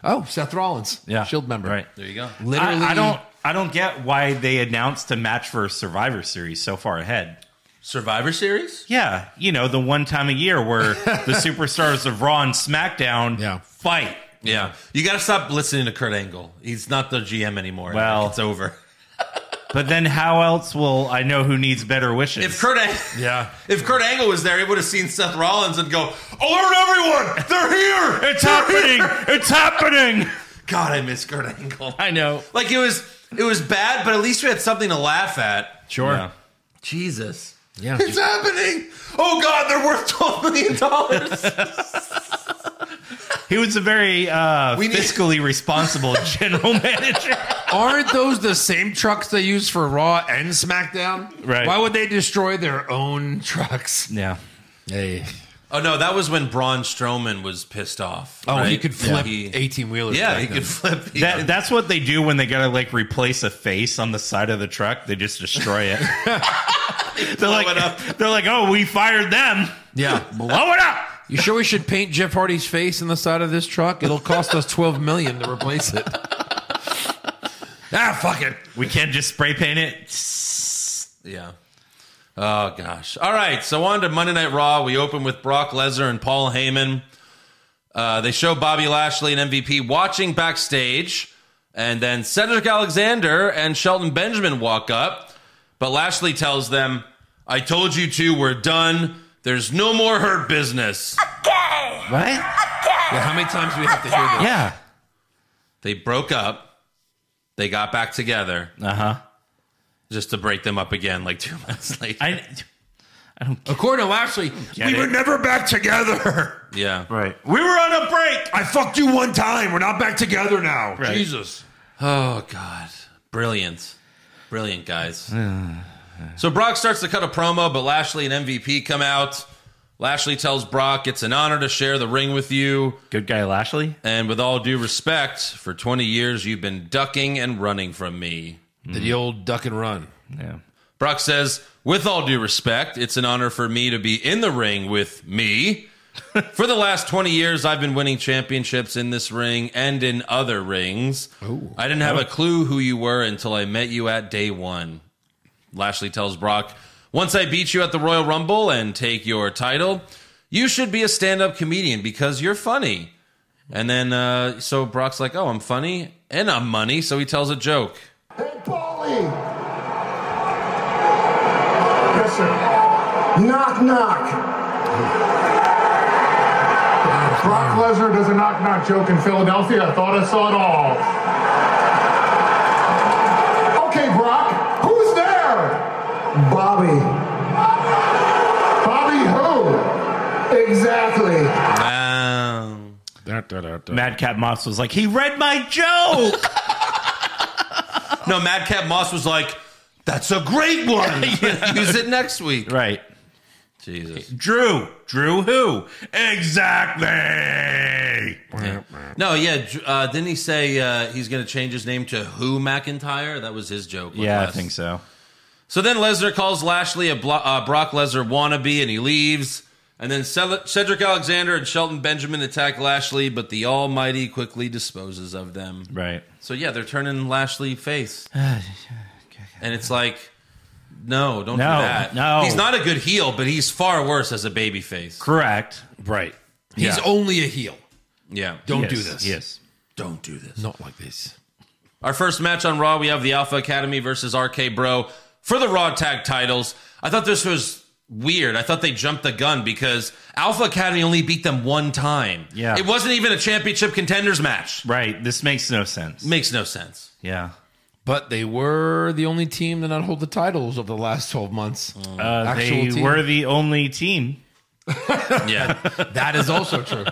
Oh, Seth Rollins, Yeah. Shield member. Right. There you go. Literally, I, I don't. I don't get why they announced a match for Survivor Series so far ahead. Survivor Series. Yeah, you know the one time a year where the superstars of Raw and SmackDown Yeah. fight. Yeah, you got to stop listening to Kurt Angle. He's not the GM anymore. Well- it's over. But then how else will I know who needs better wishes? If Kurt, Ang- Yeah. if Kurt Angle was there, he would have seen Seth Rollins and go, "Alert everyone! They're here! It's happening! it's happening. God, I miss Kurt Angle. I know. Like it was, it was bad, but at least we had something to laugh at. Sure. Yeah. Jesus. Yeah. It's happening! Oh God, they're worth twelve million dollars. He was a very uh, We need- fiscally responsible general manager. Aren't those the same trucks they use for Raw and SmackDown? Right. Why would they destroy their own trucks? Yeah. Hey. oh no, that was when Braun Strowman was pissed off. Oh, he right? could flip He- eighteen wheelers. yeah, he could flip. He That, could- that's what they do when they gotta like replace a face on the side of the truck. They just destroy it. they're like, it up. they're like, oh, we fired them. Yeah. Blow it up. You sure we should paint Jeff Hardy's face in the side of this truck? It'll cost us twelve million to replace it. ah, fuck it. We can't just spray paint it. Yeah. Oh gosh. All right. So on to Monday Night Raw. We open with Brock Lesnar and Paul Heyman. Uh, they show Bobby Lashley and MVP watching backstage, and then Cedric Alexander and Shelton Benjamin walk up. But Lashley tells them, "I told you to. We're done. There's no more hurt business." What? Yeah, how many times do we have to hear this? Yeah. They broke up. They got back together Uh huh. just to break them up again, like two months later. I. According to Lashley, we were never back together. yeah. right. We were on a break. I fucked you one time. We're not back together now. Jesus. Oh God, brilliant, brilliant guys. so Brock starts to cut a promo, but Lashley and MVP come out. Lashley tells Brock, "It's an honor to share the ring with you, Good guy Lashley. and with all due respect, for 20 years you've been ducking and running from me." Mm. Did the old duck and run. Yeah. Brock says, "With all due respect, it's an honor for me to be in the ring with me." For the last 20 years, I've been winning championships in this ring and in other rings. I didn't have a clue who you were until I met you at day one. Lashley tells Brock, Once I beat you at the Royal Rumble and take your title, you should be a stand up comedian because you're funny. And then, uh, so Brock's like, Oh, I'm funny and I'm money. So he tells a joke. Hey, Paulie. Yes, sir. Knock, knock. Brock Lesnar does a knock knock joke in Philadelphia. I thought I saw it all. Okay, Brock, who's there? Bobby. Bobby who? Exactly. Madcap Moss was like, he read my joke. No, Madcap Moss was like, that's a great one. Use it next week. right. Jesus. Drew. Drew who? Exactly. No, yeah. Dr- Uh, didn't he say uh, he's going to change his name to Who McIntyre? That was his joke. with Yeah, I Les. think so. So then Lesnar calls Lashley a Blo- uh, Brock Lesnar wannabe and he leaves. And then Cel- Cedric Alexander and Shelton Benjamin attack Lashley, but the Almighty quickly disposes of them. Right. So yeah, they're turning Lashley face. and it's like, no, don't No, do that. no. He's not a good heel, but he's far worse as a baby face. Correct. Right. He's only a heel. Yeah. Don't do this. Yes. Don't do this. Not like this. Our first match on Raw, we have the Alpha Academy versus RK Bro for the Raw Tag titles. I thought this was weird. I thought they jumped the gun because Alpha Academy only beat them one time. Yeah. It wasn't even a championship contenders match. Right. This makes no sense. Makes no sense. yeah. But they were the only team to not hold the titles over the last 12 months. Uh, Actual they team. were the only team. Yeah. that is also true.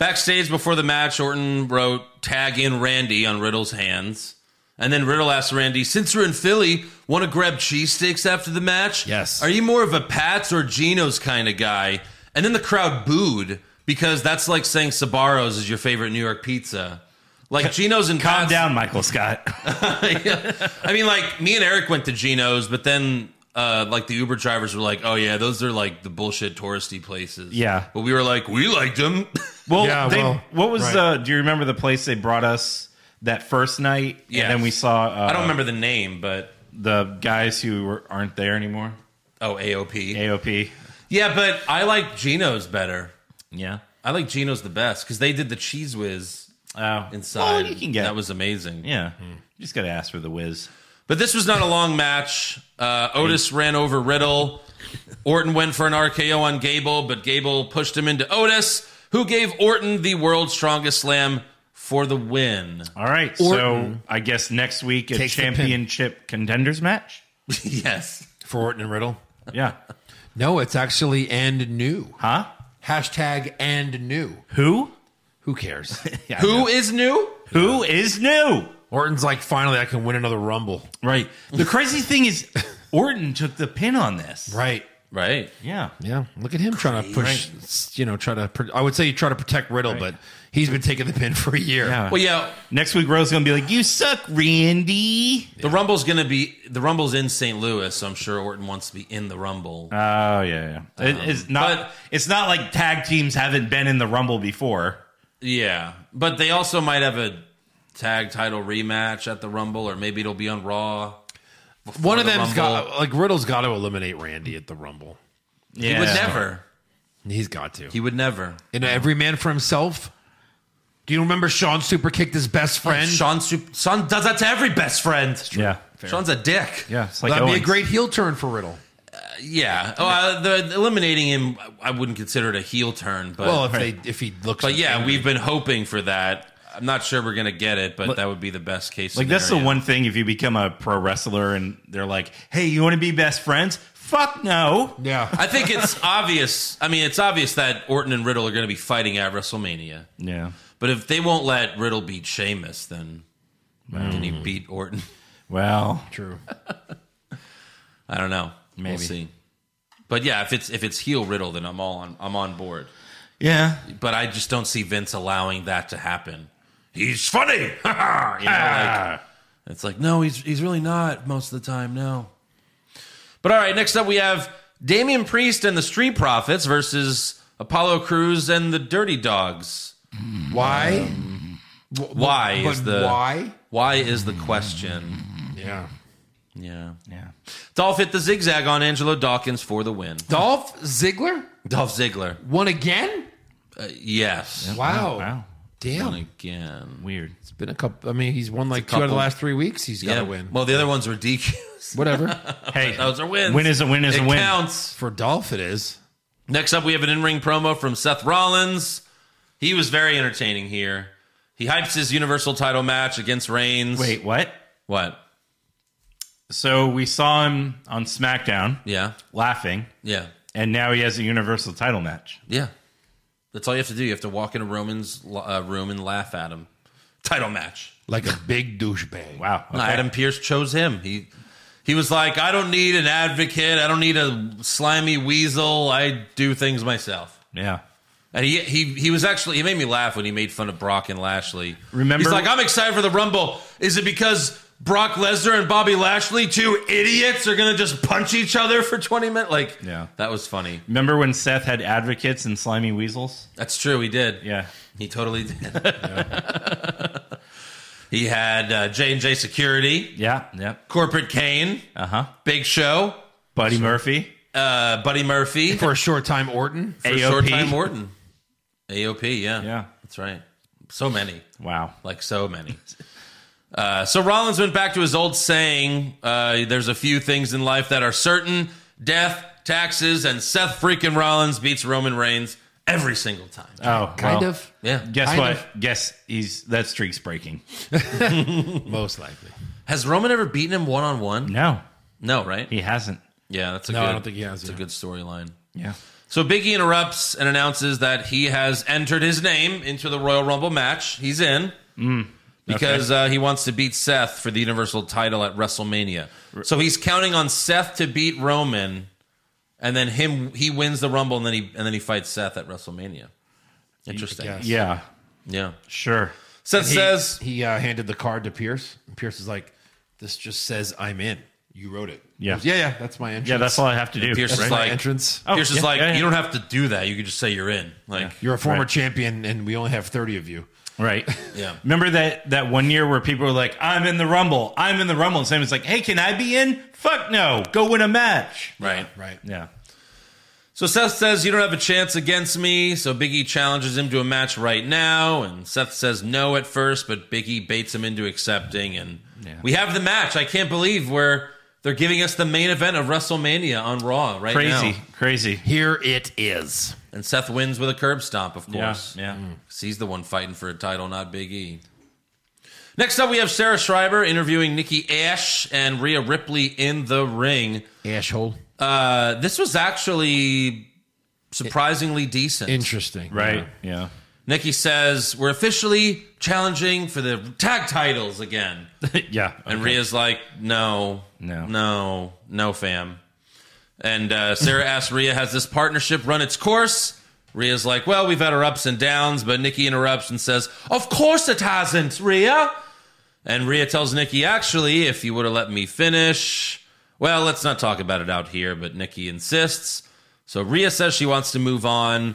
Backstage before the match, Orton wrote tag in Randy on Riddle's hands. And then Riddle asked Randy, since you're in Philly, want to grab cheesesteaks after the match? Yes. Are you more of a Pats or Geno's kind of guy? And then the crowd booed because that's like saying Sabaro's is your favorite New York pizza. Like Geno's and Calm Pats- down, Michael Scott. I mean, like me and Eric went to Geno's, but then uh, like the Uber drivers were like, "Oh yeah, those are like the bullshit touristy places." Yeah. but we were like, we liked them. Well, Yeah, they, well, what was right. the? Do you remember the place they brought us that first night? Yes. And then we saw. Uh, I don't remember the name, but the guys who were, aren't there anymore. oh AOP. AOP. Yeah, but I like Geno's better. Yeah. I like Geno's the best because they did the cheese whiz Oh, inside. Well, you can get that was amazing. Yeah. You just got to ask for the whiz. But this was not a long match. Uh, Otis ran over Riddle. Orton went for an RKO on Gable, but Gable pushed him into Otis, who gave Orton the world's strongest slam for the win. All right. so I guess next week a takes the pin. championship contenders match. yes. For Orton and Riddle. Yeah. No, it's actually and new. Huh? Hashtag and new. Who? Who cares? Who is new? Who is new? Orton's like, finally, I can win another Rumble. Right. The crazy thing is, Orton took the pin on this. Right. Right. Yeah. Yeah. Look at him trying to push, you know, try to, pro- I would say you try to protect Riddle, but he's been taking the pin for a year. Yeah. Well, yeah. Next week, Rose going to be like, "You suck, Randy." The Rumble's gonna be the Rumble's in St. Louis, so I'm sure Orton wants to be in the Rumble. Oh yeah, yeah. It- it's not. but- it's not like tag teams haven't been in the Rumble before. Yeah, but they also might have a tag title rematch at the Rumble, or maybe it'll be on Raw. One of the them's Rumble. got, like, Riddle's got to eliminate Randy at the Rumble. Yeah. He would never. He's got to. He would never. You know, every man for himself. Do you remember Sean super kicked his best friend? Sean, Sup- Sean does that to every best friend. Yeah. Sean's a dick. Yeah. It's like That'd be a Owens. great heel turn for Riddle. Yeah. Oh, uh, the eliminating him, I wouldn't consider it a heel turn, but Well, if they if he looks, but yeah, we've been hoping for that. I'm not sure we're gonna get it, but that would be the best case. Like that's the scenario. one thing if you become a pro wrestler and they're like, "Hey, you want to be best friends?" Fuck no. yeah, I think it's obvious. I mean, it's obvious that Orton and Riddle are going to be fighting at WrestleMania. Yeah. But if they won't let Riddle beat Sheamus, then can he beat Orton? Well, true. I don't know. Maybe. We'll see. But yeah, if it's if it's heel Riddle, then I'm all on I'm on board. yeah. But I just don't see Vince allowing that to happen. He's funny. You know, like, it's like no, he's he's really not most of the time. No. But all right, next up we have Damian Priest and the Street Profits versus Apollo Cruz and the Dirty Dogs. Why? Why Um, but is the why? why is the question? Yeah, Yeah. Yeah. Dolph hit the zigzag on Angelo Dawkins for the win. Dolph Ziggler Dolph Ziggler. won again. Uh, Yes. Wow. Wow. Damn. won again. Weird. It's been a couple. I mean, he's won like two out of the couple. last three weeks. He's got to win. Well, the other ones were DQs. Whatever. Hey, Those are wins. Win is a win is it a win. counts. For Dolph, it is. Next up, we have an in ring promo from Seth Rollins. He was very entertaining here. He hypes his Universal title match against Reigns. Wait, what? What? So we saw him on SmackDown Yeah. laughing, Yeah. and now he has a Universal title match. Yeah. That's all you have to do. You have to walk into Roman's uh, room and laugh at him. Title match. Like a big douchebag. Wow. Okay. Adam Pierce chose him. He he was like, I don't need an advocate. I don't need a slimy weasel. I do things myself. Yeah. And he, he he was actually he made me laugh when he made fun of Brock and Lashley. Remember- he's like, I'm excited for the Rumble. Is it because Brock Lesnar and Bobby Lashley, two idiots, are gonna just punch each other for 20 minutes? Like, Yeah. that was funny. Remember when Seth had advocates and slimy weasels? That's true. He did. Yeah. he totally did. he had uh, J and J Security, Yeah. Yeah. Corporate Kane, Uh huh. Big Show, Buddy Murphy. uh, Buddy Murphy, For a short time, Orton. for AOP. short time Orton, AOP. Yeah, Yeah. that's right. So many. Wow. like so many. Uh, so Rollins went back to his old saying: uh, "There's a few things in life that are certain: death, taxes, and Seth freaking Rollins beats Roman Reigns every single time." Oh, Kind well, of. yeah. Guess kind what? of. Guess he's that streak's breaking. Oh, Most likely. Has Roman ever beaten him one on one? No, No, right? he hasn't. Yeah, that's a No, good. I don't think he has, It's a yeah. good storyline. Yeah. So Biggie interrupts and announces that he has entered his name into the Royal Rumble match. He's in Mm. because uh, he wants to beat Seth for the Universal title at WrestleMania. So he's counting on Seth to beat Roman, and then him he wins the Rumble, and then he and then he fights Seth at WrestleMania. Interesting. Yeah. Yeah. Sure. Seth says He uh, handed the card to Pierce. And Pierce is like, this just says I'm in. You wrote it. He Yeah. goes, yeah, yeah. That's my entrance. Yeah. That's all I have to do. Pierce is right? My like entrance. Oh, Pierce is yeah, like yeah, yeah. you don't have to do that. You can just say you're in. Like You're a former Right. champion, and we only have 30 of you. Right. Yeah. Remember that that one year where people were like, "I'm in the Rumble. I'm in the Rumble." And Sam was like, "Hey, can I be in? Fuck no. Go win a match." right. Right. Yeah. So Seth says, You don't have a chance against me. So Biggie challenges him to a match right now. And Seth says no at first, but Biggie baits him into accepting. And we have the match. I can't believe where they're giving us the main event of WrestleMania on Raw right Crazy. now. Crazy. Here it is. And Seth wins with a curb stomp, of course. Yeah. Yeah. 'Cause He's the one fighting for a title, not Big E. Next up, we have Sarah Schreiber interviewing Nikki Ash and Rhea Ripley in the ring. Asshole. Uh, this was actually surprisingly decent. Interesting. Right. Yeah. Nikki says, We're officially challenging for the tag titles again. Yeah. And Rhea's like, No, No. no, no, fam. And uh, Sarah asks Rhea, Has this partnership run its course? Rhea's like, Well, we've had our ups and downs, but Nikki interrupts and says, Of course it hasn't, Rhea. And Rhea tells Nikki, Actually, if you would have let me finish, well, let's not talk about it out here, but Nikki insists. So Rhea says she wants to move on.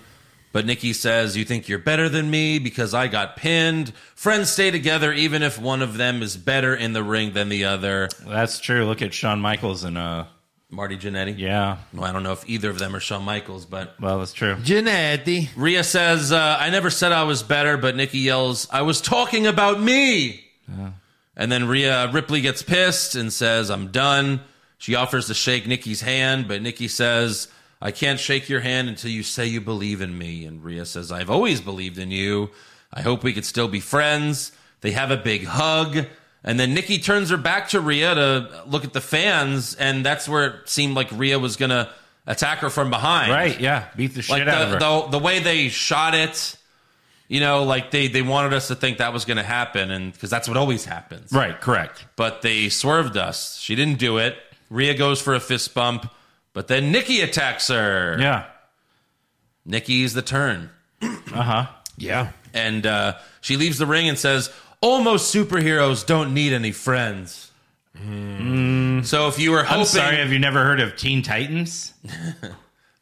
But Nikki says, You think you're better than me because I got pinned. Friends stay together even if one of them is better in the ring than the other. That's true. Look at Shawn Michaels and uh. Marty Jannetty. Yeah. Well, I don't know if either of them are Shawn Michaels, but Well, that's true. Janetti. Rhea says, uh, I never said I was better, but Nikki yells, I was talking about me. And then Rhea uh, Ripley gets pissed and says, I'm done. She offers to shake Nikki's hand, but Nikki says, I can't shake your hand until you say you believe in me. And Rhea says, I've always believed in you. I hope we could still be friends. They have a big hug. And then Nikki turns her back to Rhea to look at the fans. And that's where it seemed like Rhea was going to attack her from behind Right. Yeah. Beat the shit like out of the, her. the the way they shot it, you know, like they they wanted us to think that was going to happen, and because that's what always happens. right. Correct. But they swerved us. She didn't do it. Rhea goes for a fist bump, but then Nikki attacks her. Yeah. Nikki's the turn, Uh-huh. Yeah. and uh, she leaves the ring and says, "Almost superheroes don't need any friends." So if you were hoping, Hmm. I'm sorry. Have you never heard of Teen Titans?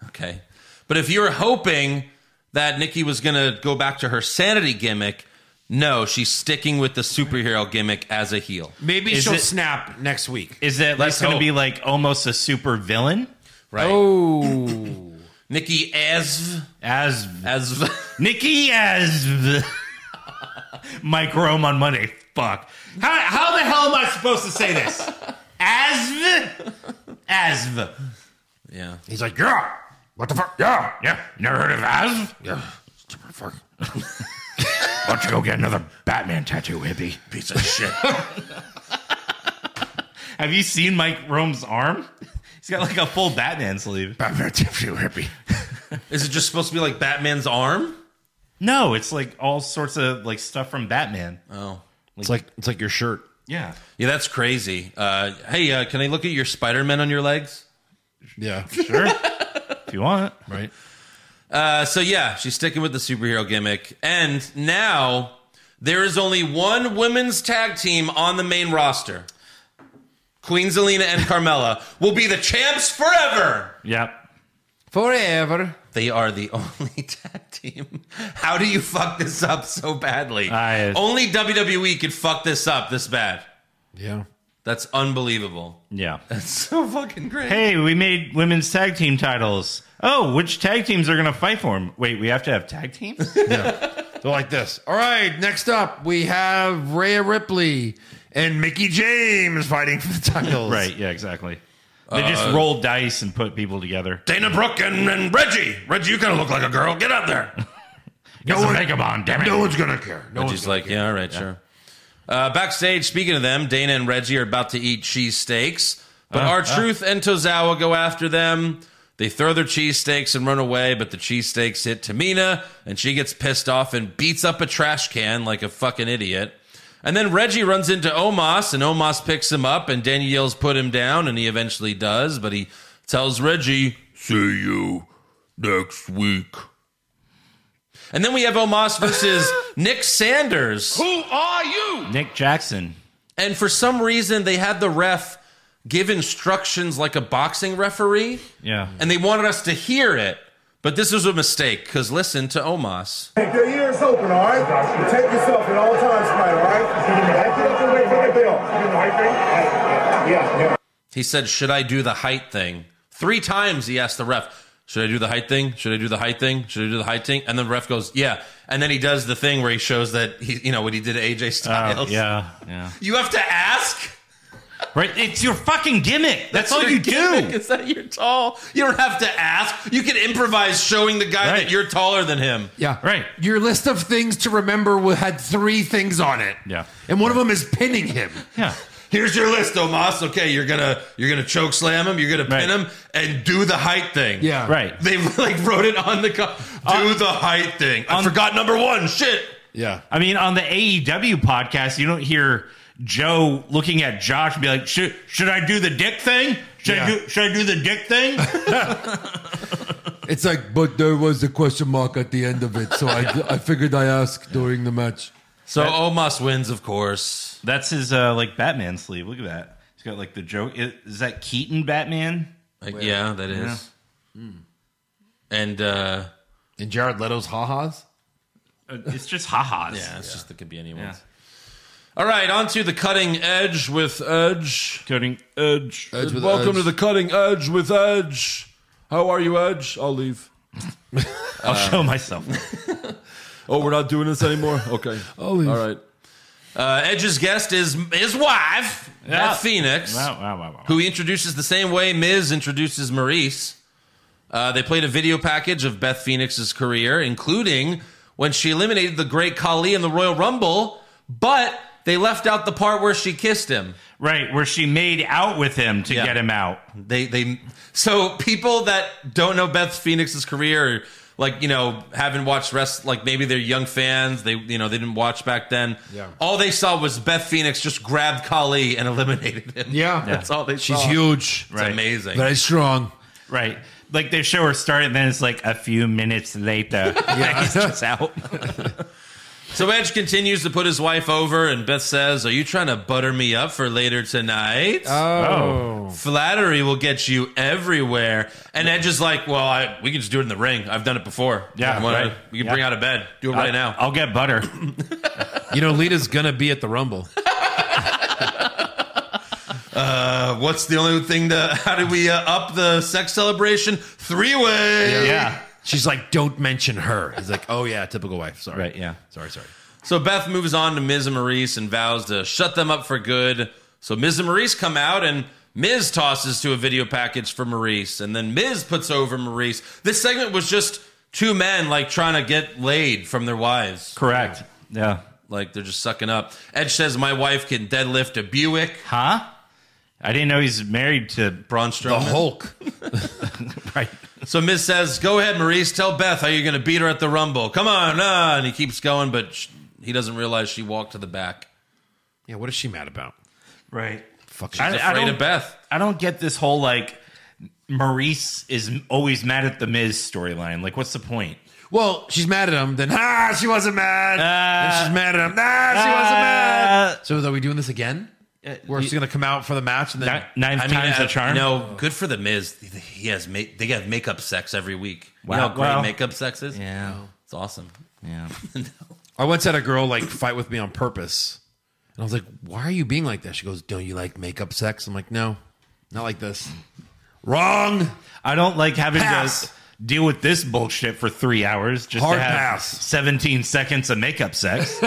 Okay. But if you were hoping that Nikki was going to go back to her sanity gimmick, no, she's sticking with the superhero gimmick as a heel. Maybe Is she'll it- snap next week. Is that Let's like going hope. to be like almost a super villain? Right. Oh. Nikki as As as Nikki as Mike Rome on Monday. Fuck. How, how the hell am I supposed to say this? Asv? Asv. Yeah. He's like, yeah. What the fuck? Yeah, yeah. Never heard of Asv? Yeah. Stupid fuck. Why don't you go get another Batman tattoo hippie. piece of shit? Have you seen Mike Rome's arm? He's got like a full Batman sleeve. Batman tattoo hippie. Is it just supposed to be like Batman's arm? No, it's like all sorts of like stuff from Batman. Oh. It's like it's like your shirt. Yeah. Yeah, that's crazy. Uh, hey, uh, can I look at your Spider Man on your legs? Yeah. Sure. if you want. Right. Uh, so yeah, she's sticking with the superhero gimmick, and now there is only one women's tag team on the main roster. Queen Zelina and Carmella will be the champs forever. Yep. Forever. They are the only tag team. How do you fuck this up so badly? I- only WWE could fuck this up this bad. Yeah. That's unbelievable. Yeah. That's so fucking great. Hey, we made women's tag team titles. Oh, which tag teams are going to fight for them? Wait, we have to have tag teams? They're like this. All right, next up we have Rhea Ripley and Mickey James fighting for the titles. right. Yeah, exactly. They just roll dice and put people together. Dana Brooke and, and Reggie. Reggie, you kind of look like a girl. Get out there. No one, vagabond, damn it. No one's gonna care. No one's Reggie's like, yeah, all right, sure. Uh, backstage, speaking of them, Dana and Reggie are about to eat cheese steaks, Uh, but our Truth and Tozawa go after them. They throw their cheesesteaks and run away, but the cheesesteaks hit Tamina, and she gets pissed off and beats up a trash can like a fucking idiot. And then Reggie runs into Omos, and Omos picks him up, and Dana yells, put him down, and he eventually does, but he tells Reggie, See you next week. and then we have Omos versus Nick Sanders. Who are you? Nick Jackson. And for some reason, they had the ref give instructions like a boxing referee, Yeah. Uh, and they wanted us to hear it. But this was a mistake because listen to Omos. Keep your ears open, all right? Protect yourself at all times, tonight, all right? Back it up and wait for the bell. Yeah, yeah. He said, Should I do the height thing? Three times he asked the ref, Should I do the height thing? Should I do the height thing? Should I do the height thing? And the ref goes, Yeah. And then he does the thing where he shows that he, you know, what he did to AJ Oh, Styles. yeah. Yeah. You have to ask. Right. It's your fucking gimmick. That's, all your you gimmick do. Is that you're tall? You don't have to ask. You can improvise showing the guy Right. that you're taller than him. Yeah. Right. Your list of things to remember wa- had three things on it. Yeah. And one of them is pinning him. Yeah. Here's your list, Omas. Okay, you're gonna you're gonna choke slam him, you're gonna pin Right. him, and do the height thing. Yeah. Right. They like wrote it on the co- do the height thing. I forgot number one. Shit. Yeah. I mean, on the AEW podcast, you don't hear Joe looking at Josh and be like, should, should I do the dick thing? Should, I Yeah. do, should I do the dick thing? It's like, but there was a question mark at the end of it, so I, I figured I asked during the match. So Omas wins, of course. That's his uh, like Batman sleeve. Look at that. He's got like the joke. Is, is that Keaton Batman? Like, yeah, that is. Hmm. And uh And Jared Leto's ha-has. Uh, It's just ha-has. yeah, it's just it could be anyone. Yeah. All right, on to the cutting edge with Edge. Coding edge. Edge with Welcome edge. to the cutting edge with Edge. How are you, Edge? I'll leave. I'll show myself. Oh, we're not doing this anymore. Okay. All leave. right. Uh, Edge's guest is his wife, Yeah. Beth Phoenix, wow, wow, wow, wow. who he introduces the same way Miz introduces Maurice. Uh, they played a video package of Beth Phoenix's career, including when she eliminated the Great Khali in the Royal Rumble, but they left out the part where she kissed him. Right, where she made out with him to Yeah. get him out. They they so people that don't know Beth Phoenix's career, or like you know, haven't watched rest. Like maybe they're young fans. They you know they didn't watch back then. Yeah. All they saw was Beth Phoenix just grabbed Kali and eliminated him. Yeah. That's all they She's saw. huge. It's amazing. Very strong. Right. Like they show her start and then it's like a few minutes later. yeah. He's just out. So Edge continues to put his wife over, and Beth says, "Are you trying to butter me up for later tonight? Uh, Oh. Flattery will get you everywhere." And Edge is like, "Well, I, we can just do it in the ring. I've done it before. Yeah, Why not? right. we can Yeah. Uh, bring out of bed. Do it right now." I'll get butter. You know, Lita's going to be at the Rumble. Uh, What's the only thing to? How do we uh, up the sex celebration? Three way. yeah. She's like, don't mention her. He's like, oh, yeah, typical wife. Sorry. Right, yeah. Sorry, sorry. So Beth moves on to Miz and Maurice and vows to shut them up for good. So Miz and Maurice come out and Miz tosses to a video package for Maurice and then Miz puts over Maurice. This segment was just two men like trying to get laid from their wives. Correct. Yeah. Like they're just sucking up. Edge says my wife can deadlift a Buick. Huh? I didn't know he's married to. Braun Strowman. The Hulk. Right. So Miz says, "Go ahead, Maurice. Tell Beth how you're going to beat her at the Rumble. Come on!" Uh, and he keeps going, but sh he doesn't realize she walked to the back. Yeah, what is she mad about? Right. Fuck. She's afraid of Beth. I don't get this whole like Maurice is always mad at the Miz storyline. Like, what's the point? Well, she's mad at him. Then ah, she wasn't mad. then she's mad at him. Ah, she wasn't Uh, mad. So are we doing this again? We're just gonna come out for the match and then Ni- ninth I mean, time's uh, the charm. You know, good for the Miz. He has make they have makeup sex every week. Wow. You know how great Wow. makeup sex is. Yeah. it's awesome. Yeah. I once had a girl like fight with me on purpose, and I was like, "Why are you being like that?" She goes, "Don't you like makeup sex?" I'm like, "No, not like this." Wrong. I don't like having Pass. to deal with this bullshit for three hours just Hard to have pass. 17 seconds of makeup sex.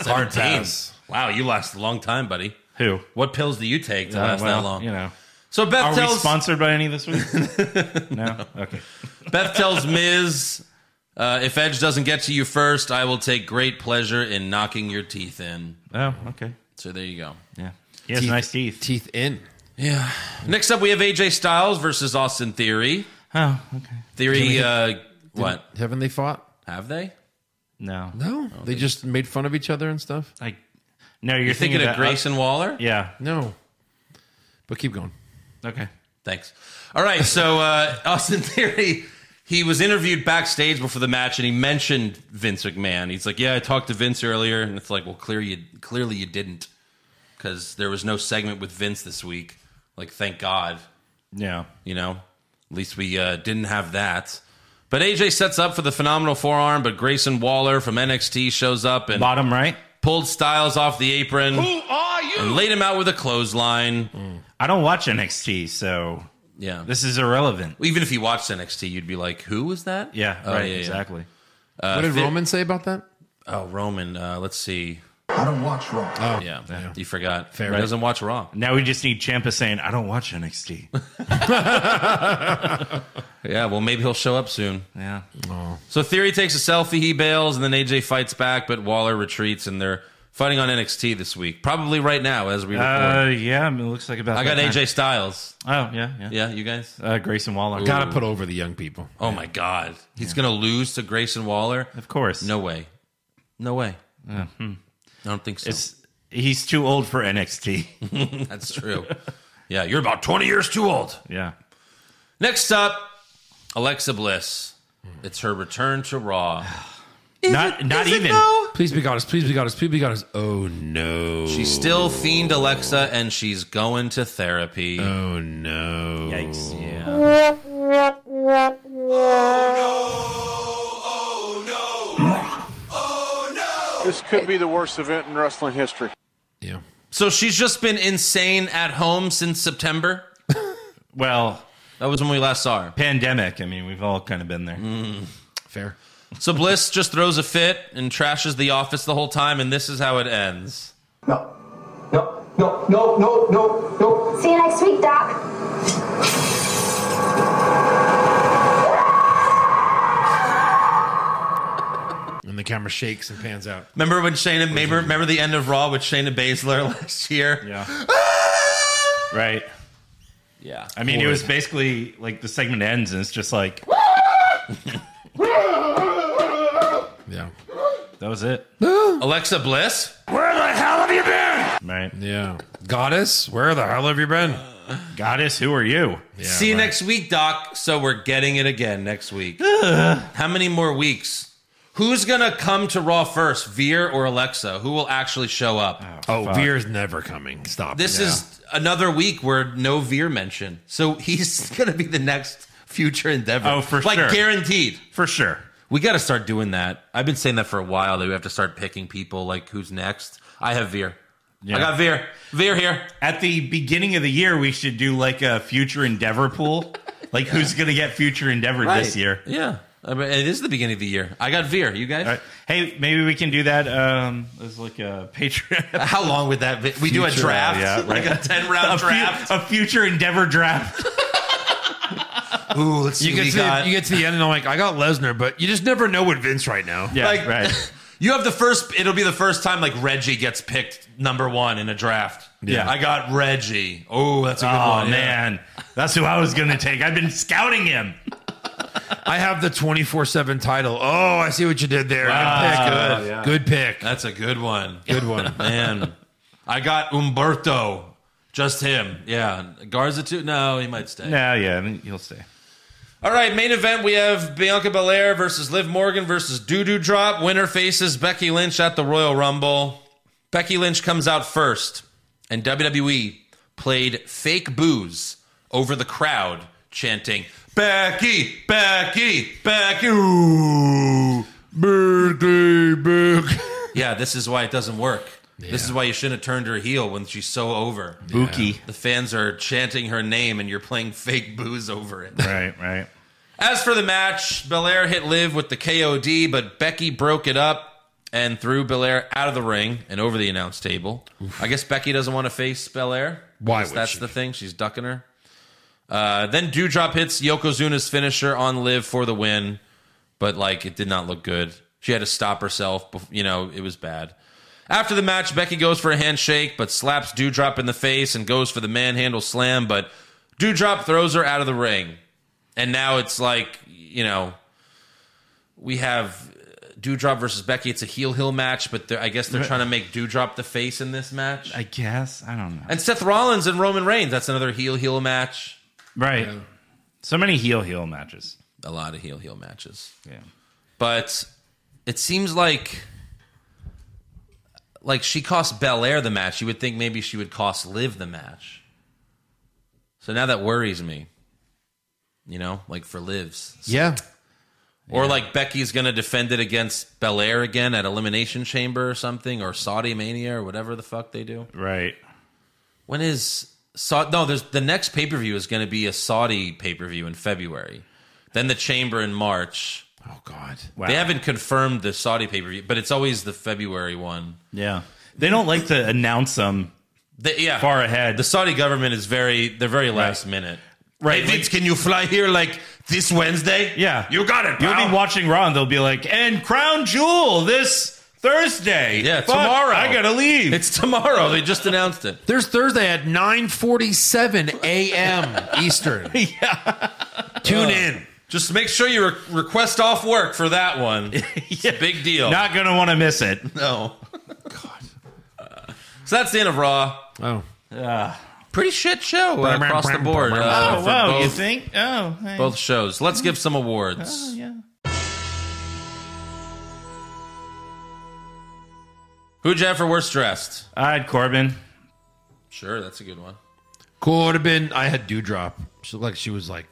Hard pass. Wow, you lasted a long time, buddy. Who? What pills do you take to last Uh, well, that long? You know. So Beth Are we tells sponsored by any this week? no. Okay. Beth tells Miz, uh, "If Edge doesn't get to you first, I will take great pleasure in knocking your teeth in." Oh, okay. So there you go. Yeah. He has nice teeth. Teeth in. Yeah. Next up, we have AJ Styles versus Austin Theory. Oh, okay. Theory, uh, what Haven't they fought? have they? No. No, they just made fun of each other and stuff. Like, no, you're, You're thinking, thinking of about- uh, Grayson Waller? yeah. No, but keep going. Okay. Thanks. All right. So uh, Austin Theory, he was interviewed backstage before the match, and he mentioned Vince McMahon. He's like, "Yeah, I talked to Vince earlier," and it's like, "Well, clear you, clearly you didn't, because there was no segment with Vince this week. Like, thank God." Yeah. You know, at least we uh, didn't have that. But AJ sets up for the phenomenal forearm, but Grayson Waller from NXT shows up and Bottom right. pulled Styles off the apron are you? and laid him out with a clothesline. I don't watch NXT, so Yeah. Mm. this is irrelevant. Even if you watched NXT, you'd be like, who was that? Yeah. Oh, right. exactly. what did fit- Roman say about that? Oh, Roman. Uh, let's see. I don't watch Raw. Oh, Yeah. You forgot. Fair. He doesn't watch Raw. Now we just need Champa saying, "I don't watch NXT." Yeah. Well, maybe he'll show up soon. yeah. So Theory takes a selfie, he bails, and then AJ fights back, but Waller retreats, and they're fighting on NXT this week. Probably right now as we record. Uh, yeah. I mean, it looks like about. I got that AJ Styles. time. Oh, yeah. Yeah. Yeah, you guys. Uh, Grayson Waller. Got to put over the young people. Oh my God, he's gonna lose to Grayson Waller. Of course. No way, no way. I don't think so. hmm. It's he's too old for NXT. That's true. yeah, you're about twenty years too old. yeah. Next up, Alexa Bliss. It's her return to Raw. not not even. Please be goddess. Please be goddess. Please be goddess. Oh no. She's still fiend Alexa, and she's going to therapy. oh no. Yikes. yeah. This could be the worst event in wrestling history. Yeah. So she's just been insane at home since September. Well, That was when we last saw her. pandemic. I mean, we've all kind of been there. Mm. Fair. So Bliss just throws a fit and trashes the office the whole time, and this is how it ends. No. No, no, no, no, no, no. See you next week, Doc. And the camera shakes and pans out. Remember when Shayna? Remember, remember the end of Raw with Shayna Baszler last year? Yeah. right. Yeah. I mean, it was basically like the segment ends, and it's just like Yeah. that was it. Alexa Bliss. Right. Yeah. Goddess, where the hell have you been? Goddess, who are you? See you next week, Doc. So we're getting it again next week. How many more weeks? Who's gonna come to Raw first, Veer or Alexa? Who will actually show up? Oh, beer's never coming. Stop. This is another week where no Veer mention. So he's gonna be the next future endeavor. Oh, for like, sure. Like guaranteed. For sure. We got to start doing that. I've been saying that for a while that we have to start picking people like who's next. I have Veer. I got Veer. Veer here. At the beginning of the year, we should do like a future endeavor pool. Like who's gonna get future endeavor this year? Yeah. I mean, it is the beginning of the year. I got Veer. You guys? All right. Hey, maybe we can do that um, as like a Patreon. How long would that be? We do a Future, draft, yeah, like a 10 A, round fu- draft. a future endeavor draft. Oh, Ooh, let's see. You what get, we to the, got. you get to the end and I'm like, I got Lesnar, but you just never know with Vince right now. Yeah, Like- right. You have the first. It'll be the first time like Reggie gets picked number one in a draft. Yeah. I got Reggie. Oh, that's a good one. Oh yeah. man, that's who I was gonna take. I've been scouting him. I have the 24 7 title. Oh, I see what you did there. good pick. Good pick. that's a good one. Good one. man. I got Umberto. Just him. Yeah. Garza too. No, he might stay. No, yeah, I mean, he'll stay. All right, main event. We have Bianca Belair versus Liv Morgan versus Doo Doo Drop. Winner faces Becky Lynch at the Royal Rumble. Becky Lynch comes out first, and WWE played fake booze over the crowd, chanting "Becky, Becky, Becky." Ooh. Yeah, this is why it doesn't work. This is why you shouldn't have turned her heel when she's so over. Buki. The fans are chanting her name, and you're playing fake booze over it. Right, right. As for the match, Belair hit Liv with the KOD, but Becky broke it up and threw Belair out of the ring and over the announce table. I guess Becky doesn't want to face Belair. Why Guess would That's she? the thing. She's ducking her. Uh, then Dewdrop hits Yokozuna's finisher on Liv for the win, but like it did not look good. She had to stop herself. bef- You know, it was bad. After the match, Becky goes for a handshake, but slaps Dewdrop in the face and goes for the manhandle slam, but Dewdrop throws her out of the ring. And now it's like, you know, we have uh, Dewdrop versus Becky. It's a heel heel match, but they're- I guess they're trying to make Dewdrop the face in this match. I guess I don't know. And Seth Rollins and Roman Reigns. That's another heel heel match. Right. So many heel heel matches. A lot of heel heel matches. Yeah. but it seems like like she cost Belair the match. You would think maybe she would cost Liv the match. So now that worries me. You know, like for Liv's. Yeah. Or like Becky's going to defend it against Belair again at Elimination Chamber or something or Saudi Mania or whatever the fuck they do. Right. When is Saudi? No, there's the next pay per view is going to be a Saudi pay per view in February, then the Chamber in March. Oh, God. Wow. They haven't confirmed the Saudi pay per view, but it's always the February one. Yeah. They don't like to announce them They- yeah, far ahead. the Saudi government is very they're very last minute. Right, Hey, like- Vince, can you fly here like this Wednesday? yeah. You got it, You'll pal. be watching Raw and they'll be like, and Crown Jewel this Thursday. Yeah, Fuck, tomorrow. I gotta leave. It's tomorrow. They just announced it. There's Thursday at 9:47 a.m. Eastern. yeah. Tune in. Just make sure you re- request off work for that one. It's a big deal. Not gonna wanna miss it. no. God. so that's the end of Raw. Oh. Pretty shit show uh, across the board. Uh, oh for wow, you both, think? Oh hey. both shows. Let's give some awards. Oh, yeah. Who'd you have for worst dressed? All right, Corbin. Sure, that's a good one. Cool. Would have been. I had Dewdrop. She looked like she was like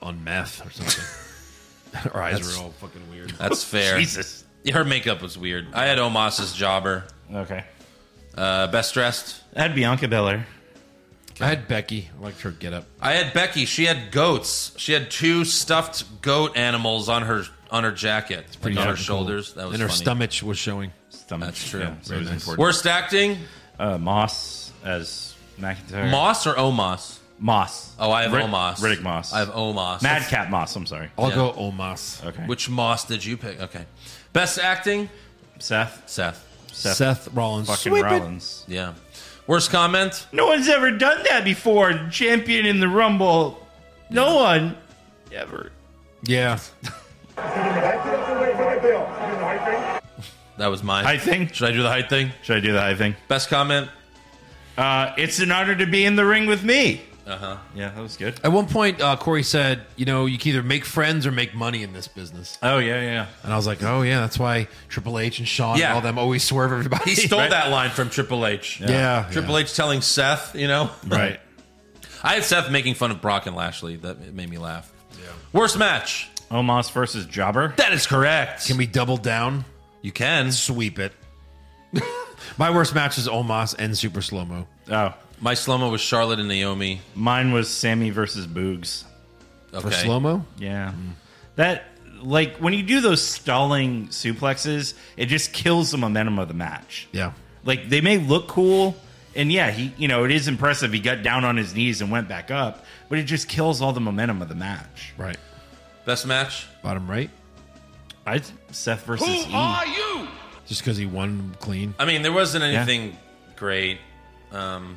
on meth or something. Her eyes were all fucking weird. That's fair. Jesus. Her makeup was weird. I had Omas's jobber. Okay. Uh, best dressed. I had Bianca Belair. I had Becky. I liked her get up. I had Becky. She had goats. She had two stuffed goat animals on her on her jacket, like on her shoulders. That was and her funny. stomach was showing. Stomach. That's true. Yeah, so it was important. Worst acting: Uh, Moss as McIntyre. Moss or Omos? Moss. Oh, I have Rid- Omos. Riddick Moss. I have Omos. Madcap Moss. I'm sorry. I'll go Omas. Okay. Which Moss did you pick? Okay. Best acting: Seth. Seth. Seth. Seth Rollins. fucking Sweep it. Rollins. Yeah. Worst comment: No one's ever done that before. Champion in the Rumble. No one ever. Yeah. Back it up and wait for the bill. You know, I think. That was mine. I think. Should I do the height thing? Should I do the high thing? Best comment. Uh, it's an honor to be in the ring with me. Uh huh. Yeah, that was good. At one point, uh, Corey said, "You know, you can either make friends or make money in this business." Oh yeah, yeah. And I was like, "Oh yeah, that's why Triple H and Shawn Yeah. and all them always swerve everybody." He stole that line from Triple H. Yeah. yeah. Triple H telling Seth, you know, Right. I had Seth making fun of Brock and Lashley. That it made me laugh. Worst match. Omos versus Jobber. That is correct. Can we double down? you can. Sweep it. My worst match is Omas and Super Slow Mo. Oh, My slow mo was Charlotte and Naomi. mine was Sammy versus Boogs. Okay. Mm. For slow mo? Yeah. That like when you do those stalling suplexes, it just kills the momentum of the match. Yeah. Like they may look cool, and yeah, he you know it is impressive. He got down on his knees and went back up, but it just kills all the momentum of the match. Right. Best match? Bottom right. I Seth versus E. you? Just because he won clean. I mean, there wasn't anything great. Um,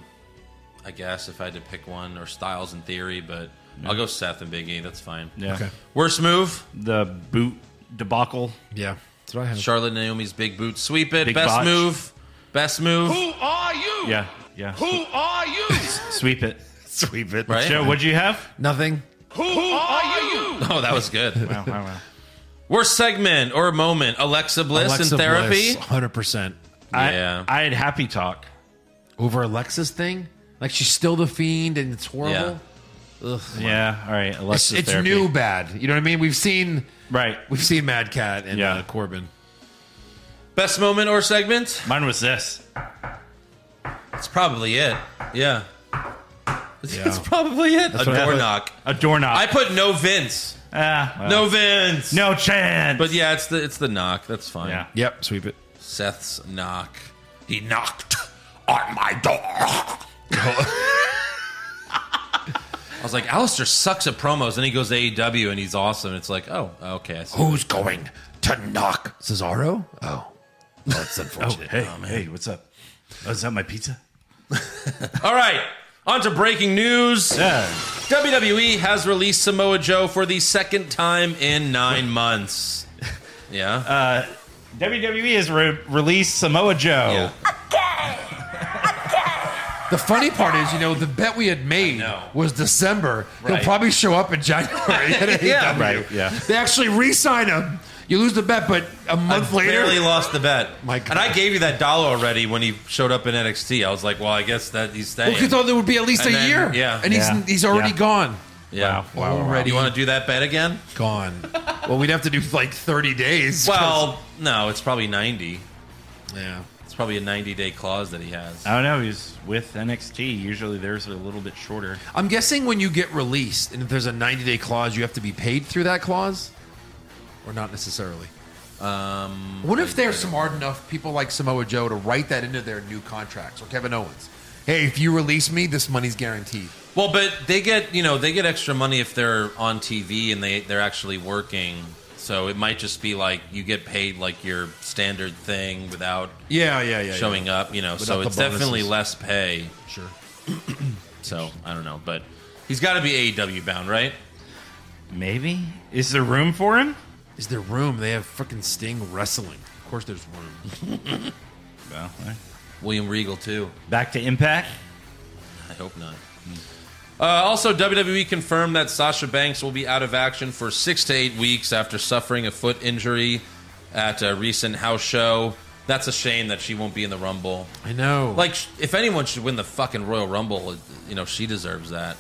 I guess if I had to pick one or Styles in theory, but I'll go Seth and Big E. That's fine. Yeah. Okay. Worst move? The boot debacle. Yeah. That's what I have. Charlotte Naomi's big boot sweep it. Big Best botch. move. Best move. Who are you? Yeah. Yeah. Who are you? Sweep it. Sweep it. Right? Joe, what'd you have? Nothing. Who, are you? Oh, that was good. Wow, wow, wow. Worst segment or moment? Alexa Bliss Alexa in therapy. Bliss, 100%. I, Yeah. I had happy talk. Over Alexa's thing? Like she's still the fiend and it's horrible? Ugh. Yeah. All right. It's, Alexa it's therapy. new bad. You know what I mean? We've seen Right. we've seen Mad Cat and Yeah. uh, Corbin. Best moment or segment? Mine was this. That's probably it. Yeah. That's Yeah. probably it. a what I door put. knock. A doorknob. I put no Vince. Ah, well. No Vince. No chance. But yeah, it's the it's the knock. That's fine. yeah. Yep, sweep it. Seth's knock. He knocked on my door. I was like, Alistair sucks at promos, and he goes to AEW and he's awesome. It's like, oh, okay. I see. Who's going to knock? Cesaro? Oh. that's unfortunate. Hey, hey, what's up? Oh, is that my pizza? All right, on to breaking news. WWE E has released Samoa Joe for the second time in nine months. Yeah. Uh, WWE E has re- released Samoa Oh. Joe. Yeah. The funny part is, you know, the bet we had made know. was December. Right. He'll probably show up in January. At Yeah. AEW. Right. Yeah. They actually re-sign him. You lose the bet, but a month later, Barely lost the bet. My God. And I gave you that dollar already when he showed up in NXT. I was like, well, I guess that he's staying. well, he thought there would be at least And a then- year. yeah. and he's Yeah. he's already Yeah. gone. yeah. Wow. wow, wow. Already You want to do that bet again? gone. well, we'd have to do like thirty days. 'cause- Well, no, it's probably 90. yeah. It's probably a 90 day clause that he has. Uh, I don't know. He's with NXT. Usually theirs are a little bit shorter. I'm guessing when you get released, and if there's a 90 day clause, you have to be paid through that clause, or not necessarily. Um, what if they're smart enough, people like Samoa Joe, to write that into their new contracts, or Kevin Owens? Hey, if you release me, this money's guaranteed. Well, but they get you know they get extra money if they're on TV and they they're actually working. So it might just be like you get paid like your standard thing without Yeah, yeah, yeah. showing up. You know, so Without the it's definitely bonuses. less pay. Sure. So I don't know, but he's got to be AEW bound, right? Maybe. Is there room for him? Is there room? They have freaking Sting wrestling. Of course, there's room. Well, eh. all right. William Regal too. Back to Impact. I hope not. Uh, also, WWE confirmed that Sasha Banks will be out of action for six to eight weeks after suffering a foot injury at a recent house show. That's a shame that she won't be in the Rumble. I know. Like, sh- if anyone should win the fucking Royal Rumble, you know, she deserves that.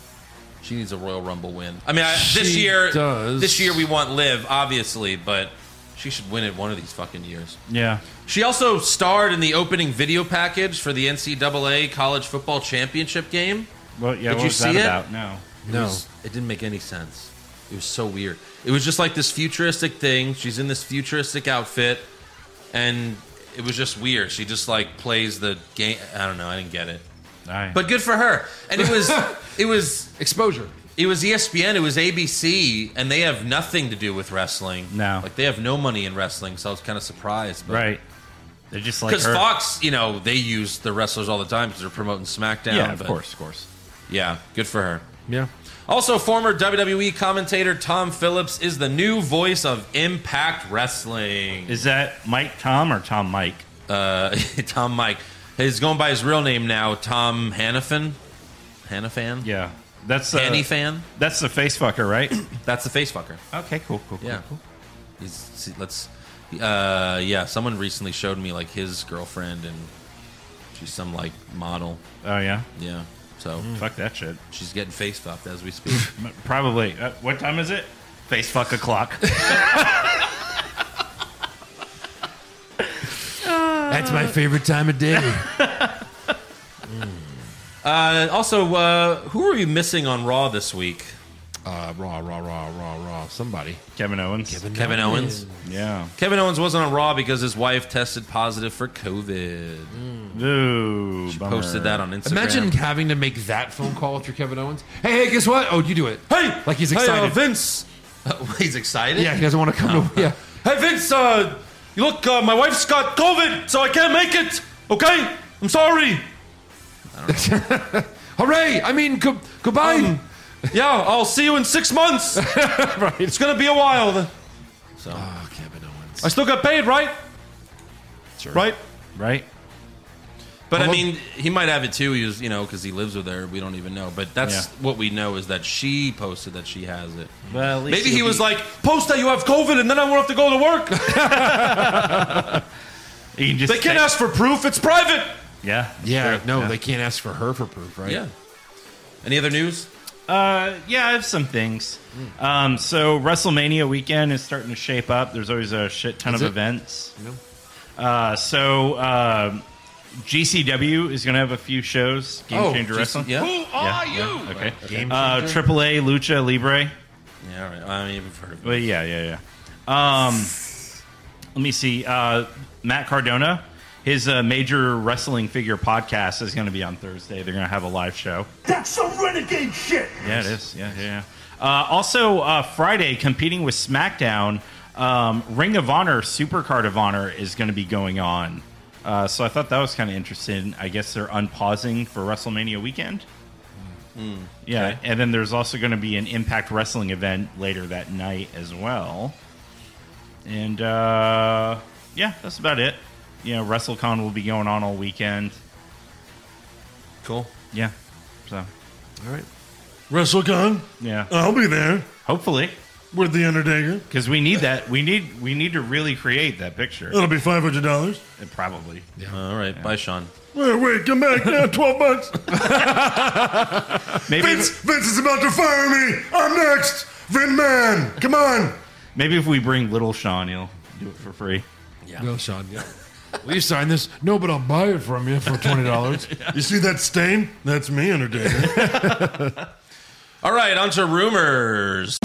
She needs a Royal Rumble win. I mean, I, this She year, does. this year we want Liv, obviously, but she should win it one of these fucking years. Yeah. She also starred in the opening video package for the NCAA College Football Championship game. Well, yeah. Did what you was see that it? about? No. It, No. was- it didn't make any sense. It was so weird. It was just like this futuristic thing. She's in this futuristic outfit, and it was just weird. She just like plays the game. I don't know. I didn't get it, All right. but good for her. And it was, it was, Exposure. it was E ESPN. It was ABC, and they have nothing to do with wrestling. No. like they have no money in wrestling. So I was kind of surprised. But right. They're just like Because her. Fox, you know, they use the wrestlers all the time because they're promoting SmackDown. yeah, of but- course, of course. Yeah, good for her. Yeah. Also, former WWE commentator Tom Phillips is the new voice of Impact Wrestling. Is that Mike Tom or Tom Mike? Uh, Tom Mike. He's going by his real name now, Tom Hannafan. Hannafan? Yeah. That's uh, Hanny fan? That's the face fucker, right? That's the face fucker. okay. Cool. Cool. cool, Yeah. Cool. He's, see, let's. Uh, yeah, someone recently showed me like his girlfriend, and she's some like model. Oh yeah. Yeah, so Fuck that shit. she's getting face fucked as we speak. Probably. Uh, what time is it? Face fuck o'clock. That's my favorite time of day. Uh, also, uh, who are you missing on Raw this week? uh, Raw, Raw, Raw, Raw, Raw. Somebody. Kevin Owens. Kevin Owens. Yeah. Kevin Owens wasn't on Raw because his wife tested positive for COVID. Ooh, She bummer. posted that on Instagram. Imagine having to make that phone call if you're Kevin Owens. Hey, hey, guess what? Oh, you do it. hey, Like he's hey, uh, excited. Vince, Uh, he's excited. Yeah, he doesn't want to come to. Yeah. Hey Vince, uh, you look, uh, my wife's got COVID, so I can't make it. Okay, I'm sorry. Hooray! I mean, go- goodbye. Um, Yeah, I'll see you in six months. It's gonna be a while. Then. So Oh, Kevin Owens. I still got paid, right? Right. Right? But I mean, he might have it too. He was, you know, because he lives with her. We don't even know. But that's Yeah. what we know is that she posted that she has it. Well, at least Maybe you'll he was be- like, "Post that you have COVID, and then I won't have to go to work." You can just they can't say- ask for proof. It's private. Yeah. Yeah, sure. no, they can't ask for her for proof, right? Yeah. Any other news? Uh, yeah, I have some things. Um, so WrestleMania weekend is starting to shape up. There's always a shit ton of events. Uh, so uh, GCW is going to have a few shows. Game Oh, Changer GC Wrestling. yeah. Who are you? Okay. Uh, AAA Lucha Libre. Yeah. All right. I haven't even heard of it. Well, yeah, yeah, yeah. Um, let me see. Uh, Matt Cardona, his uh, major wrestling figure podcast is going to be on Thursday. They're going to have a live show. That's some renegade shit. Yeah, it is. Yeah, yeah. yeah. Uh, also, uh, Friday, competing with SmackDown, um, Ring of Honor, Supercard of Honor is going to be going on. Uh, so I thought that was kind of interesting. I guess they're unpausing for WrestleMania weekend. Yeah, and then there's also going to be an Impact Wrestling event later that night as well. And uh, yeah, that's about it. You know, WrestleCon will be going on all weekend. Cool. Yeah, so WrestleCon. yeah, I'll be there hopefully. with the Undertaker. Because we need that. We need we need to really create that picture. uh, It'll be five hundred dollars. Probably. All right. Bye, Sean. Wait, wait, come back now. Twelve bucks. Maybe Vince, Vince is about to fire me. I'm next. Vin Man, come on. maybe if we bring little Sean, he'll do it for free. No, Sean. Yeah. Will you sign this? No, but I'll buy it from you for twenty dollars. You see that stain? That's me, Undertaker. All right. On to rumors.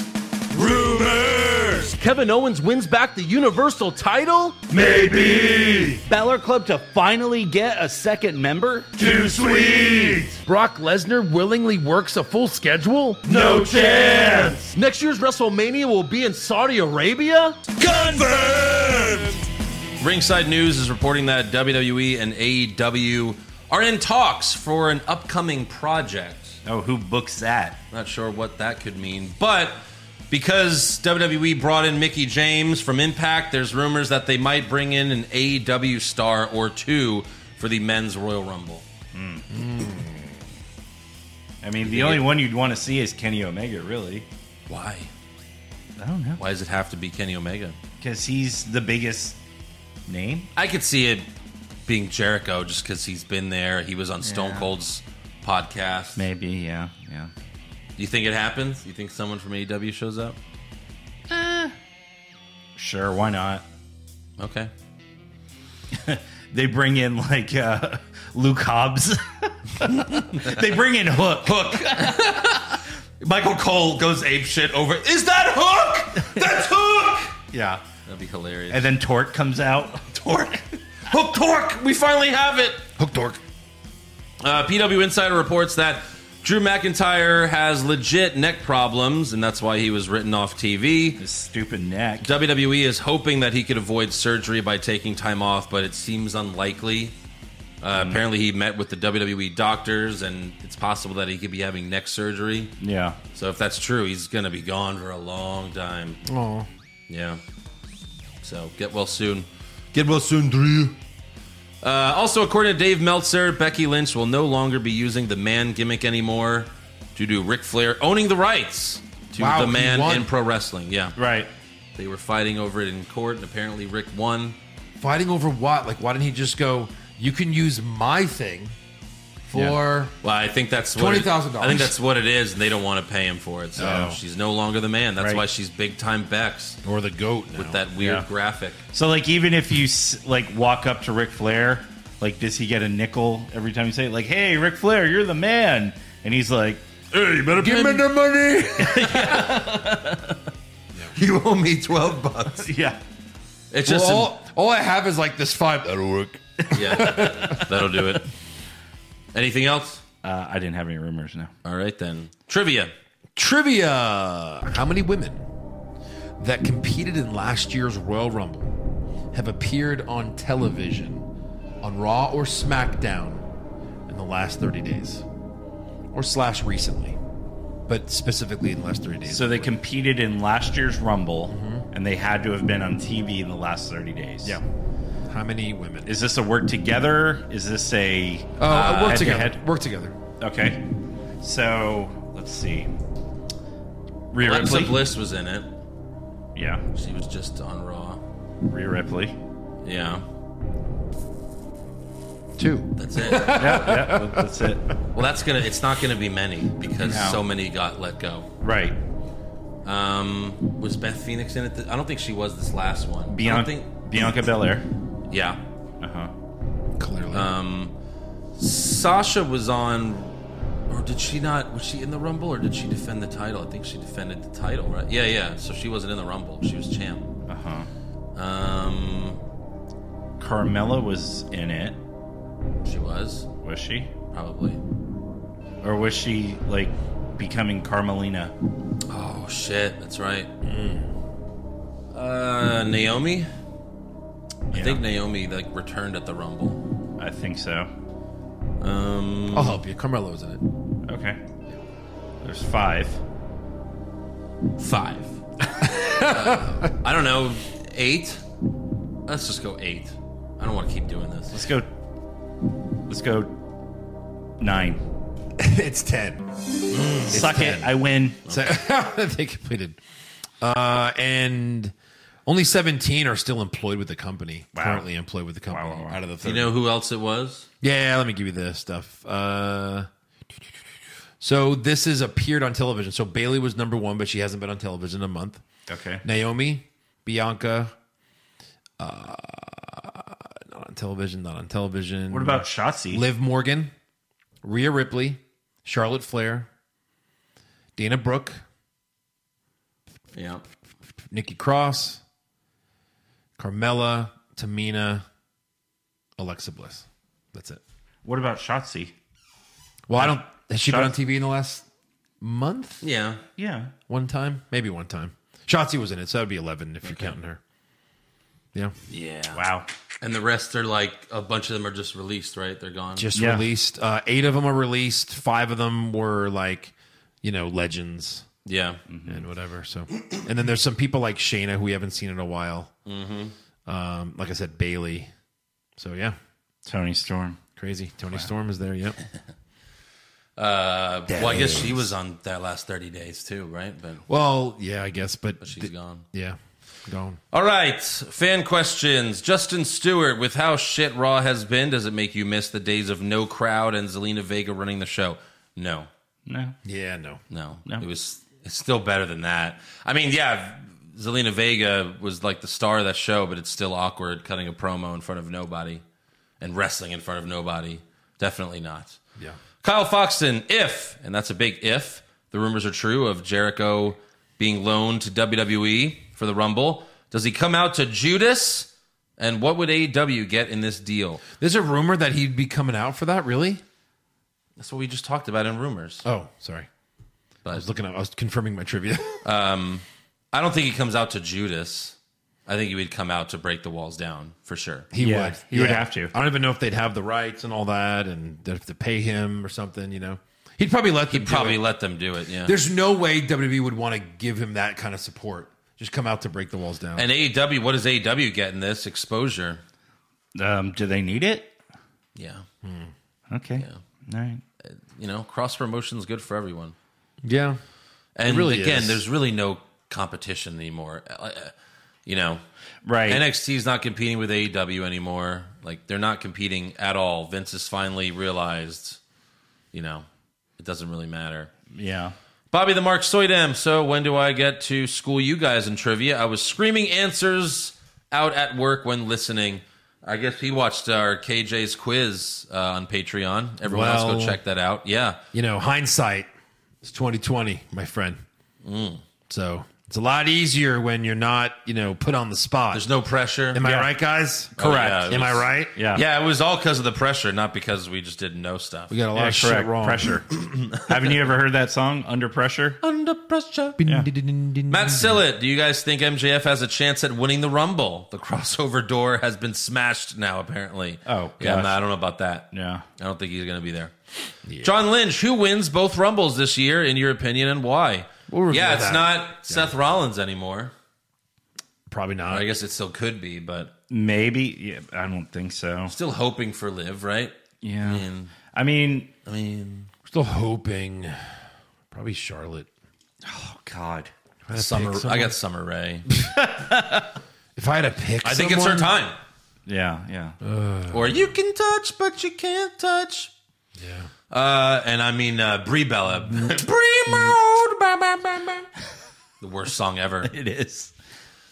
Rumors. Kevin Owens wins back the Universal title? Maybe Balor Club to finally get a second member? too sweet. Brock Lesnar willingly works a full schedule? No chance. Next year's WrestleMania will be in Saudi Arabia? Confirmed. Ringside News is reporting that WWE and AEW are in talks for an upcoming project. Oh, who books that? Not sure what that could mean, but because WWE brought in Mickey James from Impact, there's rumors that they might bring in an AEW star or two for the men's Royal Rumble. I mean, the only one you'd want to see is Kenny Omega, really. Why? I don't know Why does it have to be Kenny Omega? because he's the biggest name. I could see it being Jericho just because he's been there. He was on Stone Yeah. Cold's podcast. Maybe, yeah, yeah. You think it happens? You think someone from AEW shows up? Sure, why not? Okay. They bring in like uh, Luke Hobbs. they bring in Hook. Hook. Michael Cole goes ape shit over. Is that Hook? That's Hook. Yeah, That'd be hilarious. and then Torque comes out. Torque. Hook Torque. We finally have it. Hook Torque. Uh, PW Insider reports that Drew McIntyre has legit neck problems, and that's why he was written off TV. His stupid neck. WWE E is hoping that he could avoid surgery by taking time off, but it seems unlikely. Uh, Apparently, he met with the WWE doctors, and it's possible that he could be having neck surgery. Yeah. So, if that's true, he's going to be gone for a long time. Oh, yeah. So, get well soon. Get well soon, Drew. Uh, also, according to Dave Meltzer, Becky Lynch will no longer be using the man gimmick anymore due to Ric Flair owning the rights to Wow, the he man won. in pro wrestling. Yeah. Right. They were fighting over it in court, and apparently Rick won. Fighting over what? Like, why didn't he just go? You can use my thing for. Well, I think that's what it- $20,000. I think that's what it is, and they don't want to pay him for it. So Oh. she's no longer the man. That's Right. why she's big time Bex Or the goat now. with that weird Yeah. graphic. So like even if you s- like walk up to Ric Flair, like does he get a nickel every time you say it? like Hey, Ric Flair, you're the man, and he's like, Hey, you better Give me pay the money. You owe me 12 bucks. Yeah. It's Well, just an- all, all I have is like this five. That'll work. yeah, that'll do it. Anything else? Uh, I didn't have any rumors, no. All right then. Trivia. Trivia: How many women that competed in last year's Royal Rumble have appeared on television on Raw or SmackDown in the last 30 days, or slash recently, but specifically in the last 30 days? So they competed in last year's Rumble, and they had to have been on TV in the last 30 days. yeah, how many women? Is this a work together? Is this a Oh, uh, work head to together. head? Work together. Okay. So let's see. Rhea Alexa Ripley. Bliss was in it. Yeah. She was just on Raw. Rhea Ripley. Yeah, Two. that's it. yeah, yeah, that's it. well, that's gonna. It's not gonna be many because No. so many got let go. Right. Um, was Beth Phoenix in it? I don't think she was this last one. I don't Bianca, think. Bianca Belair. Yeah. Uh huh. Clearly. Um, Sasha was on. Or did she not? Was she in the Rumble, or did she defend the title? I think she defended the title, right? Yeah, yeah. So she wasn't in the Rumble. She was champ. Uh huh. Um, Carmella was in it. she was Was she? probably. Or was she like becoming Carmelina? Oh shit, that's right. Uh, Naomi. I Yeah. think Naomi like returned at the Rumble. I think so. Um, I'll help you. Carmelo's in it. Okay. There's five. five. Uh, I don't know, eight. Let's just go eight. I don't want to keep doing this. Let's go. Let's go. Nine. it's ten. Suck it. I win. So they completed. Uh, and only 17 are still employed with the company. Currently employed with the company Wow, wow, wow. out of the You 30. know who else it was? yeah, let me give you this stuff. Uh, so this has appeared on television. So Bailey was number one, but she hasn't been on television in a month. Okay. Naomi, Bianca, uh, not on television, not on television. What about Shotzi? Liv Morgan, Rhea Ripley, Charlotte Flair, Dana Brooke, Yeah. Nikki Cross, Carmella, Tamina, Alexa Bliss. That's it. What about Shotzi? Well, I don't. Has she been Shot- on TV in the last month? Yeah. Yeah. One time, maybe one time. Shotzi was in it, so that'd be eleven if you're counting her. Yeah, Yeah. Wow. And the rest are like a bunch of them are just released, right? They're gone. just Yeah. released. Uh, eight of them are released. Five of them were like, you know, legends yeah. and whatever. So, and then there's some people like Shayna who we haven't seen in a while. Mm-hmm. Um, like I said, Bailey. So yeah, Tony Storm. crazy. Tony Storm is there. Yep. Uh, well, I guess she was on that last thirty days too, right? But Well, yeah, I guess, but, she's th- gone. yeah, gone. All right, fan questions. Justin Stewart, with how shit Raw has been, does it make you miss the days of no crowd and Zelina Vega running the show? No, No. Yeah, no. no, No. It was it's still better than that. I mean, yeah, Zelina Vega was like the star of that show, but it's still awkward cutting a promo in front of nobody and wrestling in front of nobody. Definitely not. Yeah. Kyle Foxton, if, and that's a big if, the rumors are true of Jericho being loaned to WWE for the Rumble, does he come out to Judas? And what would AEW get in this deal? There's a rumor that he'd be coming out for that. Really? That's what we just talked about in rumors. Oh, sorry. I was But looking up. I was confirming my trivia. I don't think he comes out to Judas. I think he would come out to break the walls down for sure. he Yeah, would. he would have to. I don't even know if they'd have the rights and all that, and they'd have to pay him or something. You know, he'd probably let them. He'd do probably it. let them do it. Yeah. There's no way WWE would want to give him that kind of support. Just come out to break the walls down. and AEW, what does AEW get in this exposure? Um, do they need it? Yeah. Okay. All right. You know, cross promotion's good for everyone. yeah. And really again, is. there's really no competition anymore. Uh, uh, You know, Right. NXT is not competing with AEW anymore. Like they're not competing at all. Vince has finally realized, you know, it doesn't really matter. yeah. Bobby the Mark Soydam. So when do I get to school you guys in trivia? I was screaming answers out at work when listening. I guess he watched our KJ's quiz uh, on Patreon. Everyone else Well- go check that out. Yeah. You know, hindsight It's 2020, my friend. Mm. So it's a lot easier when you're not, you know, put on the spot. There's no pressure. Am I right, guys? yeah, it Am I was- right? Yeah. Yeah, it was all because of the pressure, not because we just didn't know stuff. We got a lot Yeah, of shit correct. wrong. Pressure. Haven't you ever heard that song, Under Pressure? under pressure. Yeah. Matt Sillett, do you guys think MJF has a chance at winning the Rumble? The crossover door has been smashed now, apparently. Oh, yeah, gosh. I don't know about that. Yeah. I don't think he's going to be there. John Lynch, who wins both Rumbles this year, in your opinion, and why? yeah, it's not Seth Rollins anymore. Probably not. I guess it still could be, but Maybe. Yeah, I don't think so. still hoping for Liv, right? Yeah. I mean, I mean, I mean Still hoping. Probably Charlotte. oh God. Summer. I got Summer Ray. If I had a pick, I think it's her time. Yeah, yeah. Or you can touch, but you can't touch. Yeah. Uh, and I mean uh, Brie Bella. Brie Mode. Ba, ba, ba, ba. The worst song ever. it is.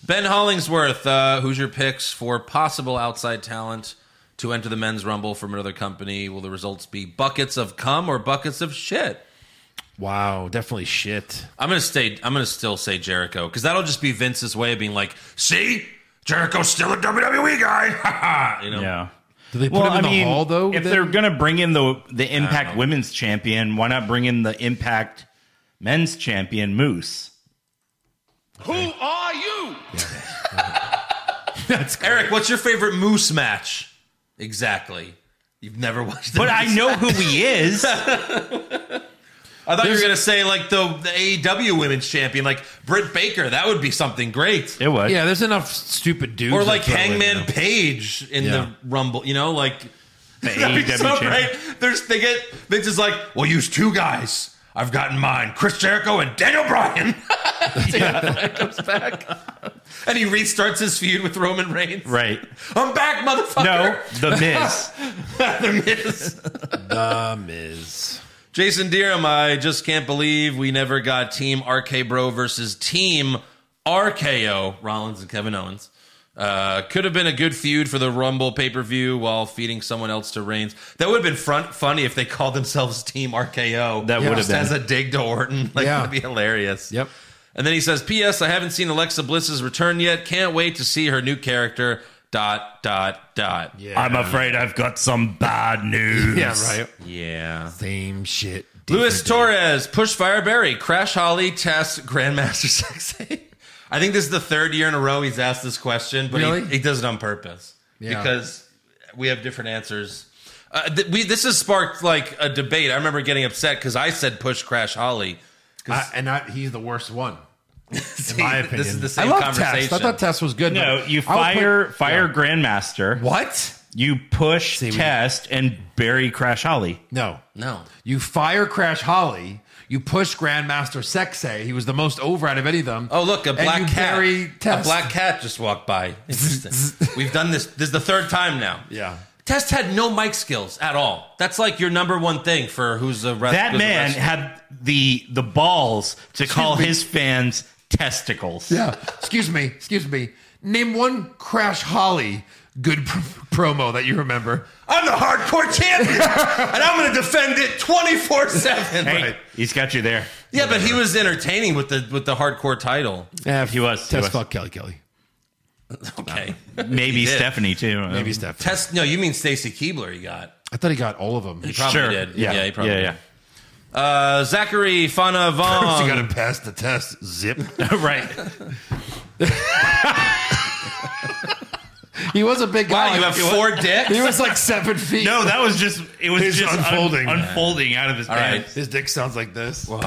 Ben Hollingsworth, uh, who's your picks for possible outside talent to enter the men's rumble from another company? Will the results be buckets of cum or buckets of shit? Wow, definitely shit. I'm gonna stay. I'm gonna still say Jericho because that'll just be Vince's way of being like, "See, Jericho's still a WWE guy." Ha, ha," you know. Yeah. Do they put Well, him I in the mean, hall though? if then? they're gonna bring in the the Impact Women's Champion, why not bring in the Impact Men's Champion Moose? Who are you? Eric, what's your favorite moose match? Exactly. You've never watched. the But I moose know match. who he is. I thought you were gonna say like the, the AEW Women's Champion, like Britt Baker. That would be something great. it was. yeah, there's enough stupid dudes. or that like throw in Hangman them. Page in Yeah. the Rumble. You know, like The E that'd be AEW so champion. great. There's they get Vince is like, we'll use two guys. I've gotten mine: Chris Jericho and Daniel Bryan. Daniel Bryan comes back, and he restarts his feud with Roman Reigns. Right. I'm back, No, motherfucker. the Miz. the Miz. The Miz. Jason Deerham, I just can't believe we never got Team RK Bro versus Team RKO, Rollins and Kevin Owens. Uh, could have been a good feud for the Rumble pay per view while feeding someone else to Reigns. That would have been front funny if they called themselves Team RKO. That would have just been. as a dig to Orton. Like, Yeah. that'd be hilarious. Yep. And then he says, "P.S. I haven't seen Alexa Bliss's return yet. Can't wait to see her new character." Dot dot dot. Yeah. I'm afraid I've got some bad news. Yeah, right. Yeah. Same shit. Luis different Torres, Push Fire Barry, Crash Holly, Test Grandmaster Sexy. I think this is the third year in a row he's asked this question, but Really? he, he does it on purpose Yeah. because we have different answers. Uh, th- we this has sparked like a debate. I remember getting upset because I said Push Crash Holly. day. I, and I, he's the worst one. See, my opinion. this is the same I love conversation. Test. I thought Test was good. No, but you I would put- fire fire Grandmaster. what? You push we- test and bury Crash Holly. No, no, You fire Crash Holly. You push Grandmaster Sexay. He was the most over out of any of them. Oh, look, a And black you cat. bury a Test. black cat just walked by. Interesting. We've done this. This is the third time now. Yeah. Test had no mic skills at all. That's like your number one thing for who's a wrestler. That man had the the balls to call his fans testicles. Yeah. excuse me. Excuse me. Name one Crash Holly good pr- promo that you remember. I'm the hardcore champion, and I'm going to defend it 24 seven. Hey, he's got you there. Yeah, but he was entertaining with the with the hardcore title. Yeah, He was, he Test was. fuck Kelly Kelly. Okay. Maybe did. Stephanie too. Maybe Steph. Test. No, you mean Stacy Keebler? He got. I thought he got all of them. He probably Sure. did. Yeah. he probably. Yeah, did. Uh, Zachary Fanavon. to pass the test. Zip. right. he was a big guy. Wow, you have four dicks. He was like seven feet. No, that was just it was He's just un- unfolding. unfolding out of his right. pants. His dick sounds like this. We're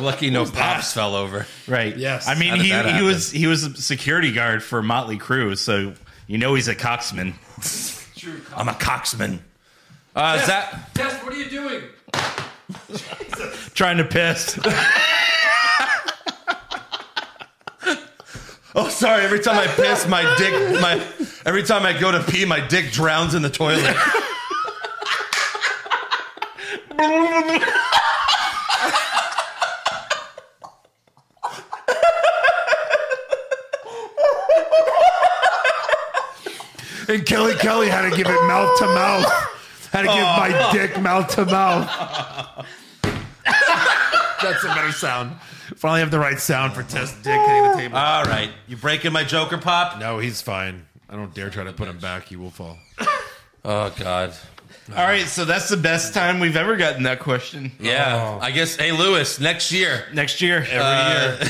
lucky no pops fell over. Right. Yes. I mean, How did he, that he happen? was he was a security guard for Motley Crue, so you know he's a coxman. I'm a coxman. Uh, Zach. Test, what are you doing? Trying to piss. Oh, sorry. Every time I piss, my dick, my every time I go to pee, my dick drowns in the toilet. And Kelly Kelly had to give it mouth to mouth. Had to give Oh. my dick mouth to mouth. That's a better sound. Finally, have the right sound for test dick hitting the table. All right, you breaking my Joker pop? no, he's fine. I don't dare try to put him back. He will fall. Oh God. All right, so that's the best time we've ever gotten that question. Yeah, I guess. Hey, Lewis, next year, Next year, every uh,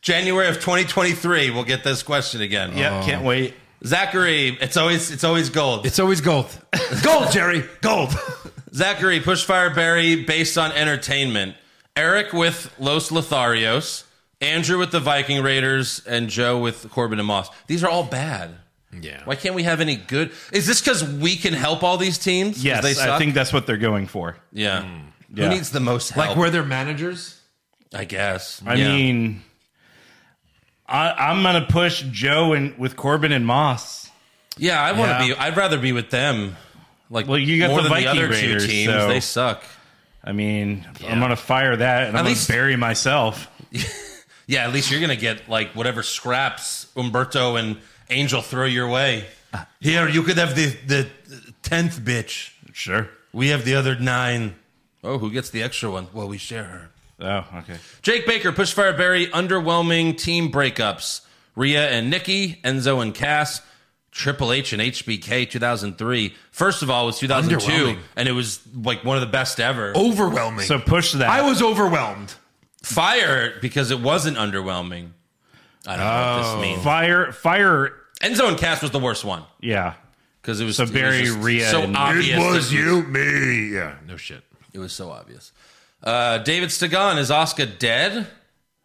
January of 2023, we'll get this question again. Oh. Yep, can't wait. Zachary, it's always it's always gold. It's always gold. gold, Jerry. Gold. Zachary, push fire Barry based on entertainment. Eric with Los Lotharios, Andrew with the Viking Raiders, and Joe with Corbin and Moss. These are all bad. Yeah. Why can't we have any good? Is this because we can help all these teams? 'Cause Yes, they I suck? think that's what they're going for. Yeah. Yeah. Who needs the most help? Like, were there managers? I guess. I Yeah. mean, I, I'm gonna push Joe and with Corbin and Moss. yeah, I want to Yeah. be. I'd rather be with them. Like, Well, you got more the than Viking the other Raiders, two teams. so- They suck. I mean, I'm gonna fire that and I'm least- gonna bury myself. Yeah, at least you're gonna get like whatever scraps Umberto and Angel throw your way. Here, you could have the the tenth bitch. Sure. We have the other nine. Oh, who gets the extra one? Well, we share her. Oh, okay. Jake Baker, Push Fire Barry, underwhelming team breakups. Rhea and Nikki, Enzo and Cass, Triple H and HBK 2003. First of all, it was 2002, Underwhelming. and it was like one of the best ever. Oh. Overwhelming. So push that. I was overwhelmed. Fire it because it wasn't underwhelming. I don't know Oh. what this means. fire, fire. Enzo and Cass was the worst one Yeah. because it was So it was Barry, just Rhea, so and- obvious. that this was- me. Yeah, no shit. It was so obvious. Uh, David Stegan is Oscar dead?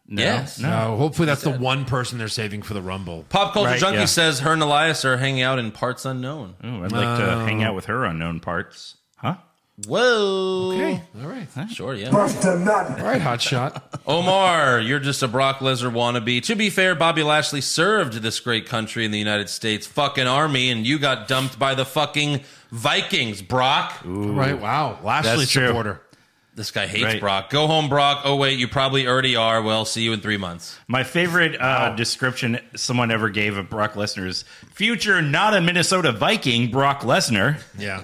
yes. No, hopefully that's the one person they're saving for the Rumble. Pop culture Right, junkie yeah. says her and Elias are hanging out in parts unknown. Ooh, I'd like to hang out with her on known parts. Huh? Whoa. Okay. All right. Sure, yeah. All right, hot shot. Omar, you're just a Brock Lesnar wannabe. To be fair, Bobby Lashley served this great country in the United States fucking army, and you got dumped by the fucking Vikings, Brock. All right, wow. Lashley That's true. supporter. This guy hates Right. Brock. Go home, Brock. Oh, wait, you probably already are. Well, see you in three months. My favorite uh, description someone ever gave of Brock Lesnar's future, not a Minnesota Viking, Brock Lesnar. Yeah.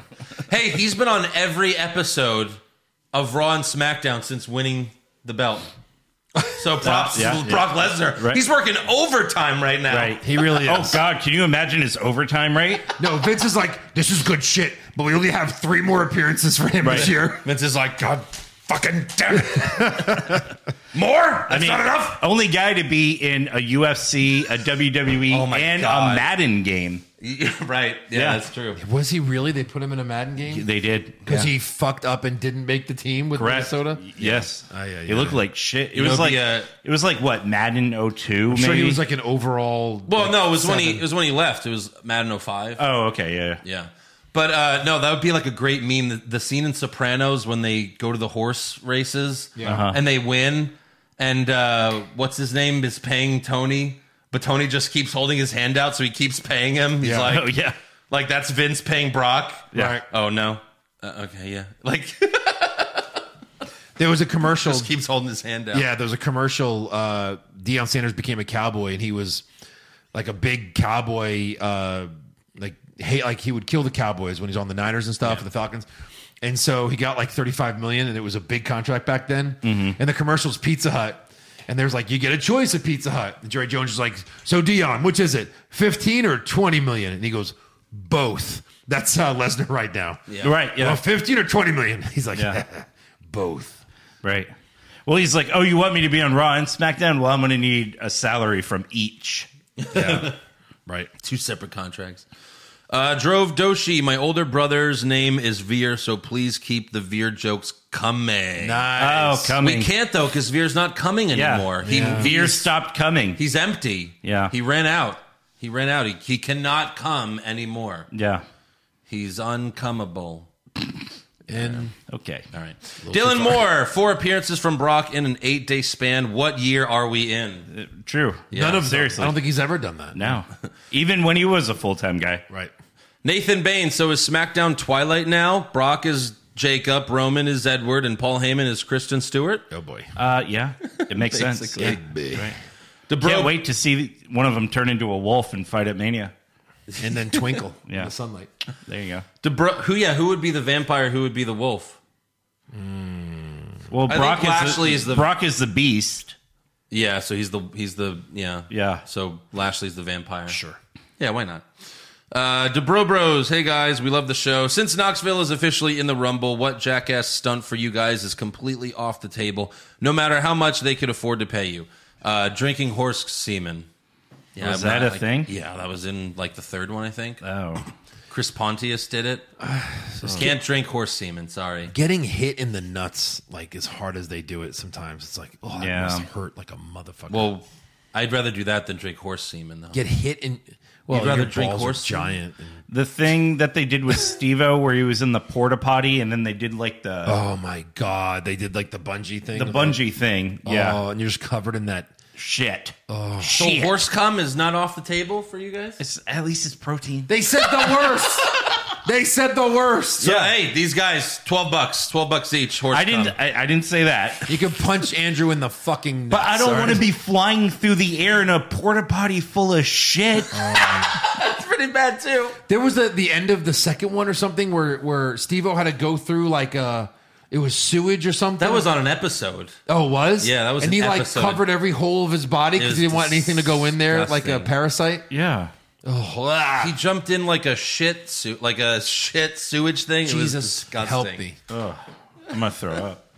Hey, he's been on every episode of Raw and SmackDown since winning the belt. So props Yeah, yeah, to Brock Lesnar. Right. He's working overtime right now. He really is. Oh God, can you imagine his overtime rate? No, Vince is like, this is good shit, but we only have three more appearances for him this year. Vince is like, God, Fucking damn it. more? That's I mean, not enough? Only guy to be in a UFC, a WWE, Oh, my and God. a Madden game. right. Yeah, Yeah. that's true. Was he really? They put him in a Madden game? They did. Because he fucked up and didn't make the team with Correct. Minnesota? Yes. yeah, He looked like shit. It was know, like the, uh, it was like what Madden 02 maybe. Sure, he was like an overall. Well, like, no, it was when he seven. it was when he left. It was Madden 05. oh, okay, yeah. yeah. But uh, no, that would be like a great meme. The, the scene in Sopranos when they go to the horse races and they win, and uh, what's his name is paying Tony, but Tony just keeps holding his hand out, so he keeps paying him. He's Yeah. like, Oh, yeah. like that's Vince paying Brock. Yeah. Right. Oh no. Uh, okay, yeah. Like There was a commercial. just keeps holding his hand out. Yeah, there was a commercial. Uh, Deion Sanders became a cowboy, and he was like a big cowboy. Uh, like hey, like he would kill the Cowboys when he's on the Niners and stuff, and the Falcons. And so he got like thirty-five million, and it was a big contract back then. Mm-hmm. And the commercials, Pizza Hut, and there's like you get a choice of Pizza Hut. And Jerry Jones is like, so Dion, which is it, fifteen or twenty million? And he goes, both. That's uh, Lesnar right now. Yeah. Right, yeah. Well, fifteen or twenty million. He's like, Yeah. both. Right. Well, he's like, "Oh, you want me to be on Raw and SmackDown? Well, I'm going to need a salary from each." Right. two separate contracts. Uh, drove Doshi. My older brother's name is Veer, so please keep the Veer jokes coming. Oh, coming. We can't though because Veer's not coming Yeah. anymore. He Veer stopped coming. he's empty. Yeah. he ran out. He ran out. He, he cannot come anymore. yeah. He's uncomeable. And Okay. All right, Dylan Moore. Four appearances from Brock in an eight-day span. What year are we in? True. None of them. seriously. I don't think he's ever done that. no. Even when he was a full-time guy. Right. Nathan Bain. So is SmackDown Twilight now? Brock is Jacob. Roman is Edward, and Paul Heyman is Kristen Stewart. Oh boy. Uh, yeah. It makes sense. Basically. Yeah. Big B. The bro- Can't wait to see one of them turn into a wolf and fight at Mania. and then twinkle Yeah. in the sunlight. There you go. The bro- who? Yeah, who would be the vampire? Who would be the wolf? Well, think Brock is, Lashley the, is the- Brock is the beast. Yeah, so he's the he's the yeah Yeah. So Lashley's the vampire. Sure. Yeah, why not? Uh, Debro Bros, hey guys, we love the show. Since Knoxville is officially in the Rumble, what jackass stunt for you guys is completely off the table, no matter how much they could afford to pay you. Uh, drinking horse semen. Yeah, Was I'm that not, a like- thing? Yeah, that was in like the third one, I think. Oh, Chris Pontius did it. Can't drink horse semen. Sorry. Getting hit in the nuts like as hard as they do it sometimes. It's like, oh, that Yeah. must hurt like a motherfucker. Well, I'd rather do that than drink horse semen, though. get hit in. Well, rather your drink balls are horse semen? giant. and- the thing that they did with Stevo, where he was in the porta potty, and then they did like the oh my god, they did like the bungee thing. the bungee thing. Yeah, Oh, and you're just covered in that. shit. Oh, So horse cum is not off the table for you guys. It's, at least it's protein. They said the worst. they said the worst. So, hey, these guys, twelve bucks, twelve bucks each. Horse. I didn't. cum. I, I didn't say that. You can punch Andrew in the fucking. But I nuts, don't sorry. want to be flying through the air in a porta potty full of shit. Oh. That's pretty bad too. There was the the end of the second one or something where where Steve-O had to go through like a it was sewage or something. That was on an episode. oh it was Yeah, that was and an he like episode. covered every hole of his body It was because he didn't want anything to go in there like a disgusting. parasite. yeah. Ah. He jumped in like a shit suit, like a shit sewage thing. It was Jesus, disgusting. help me! I'm gonna throw up.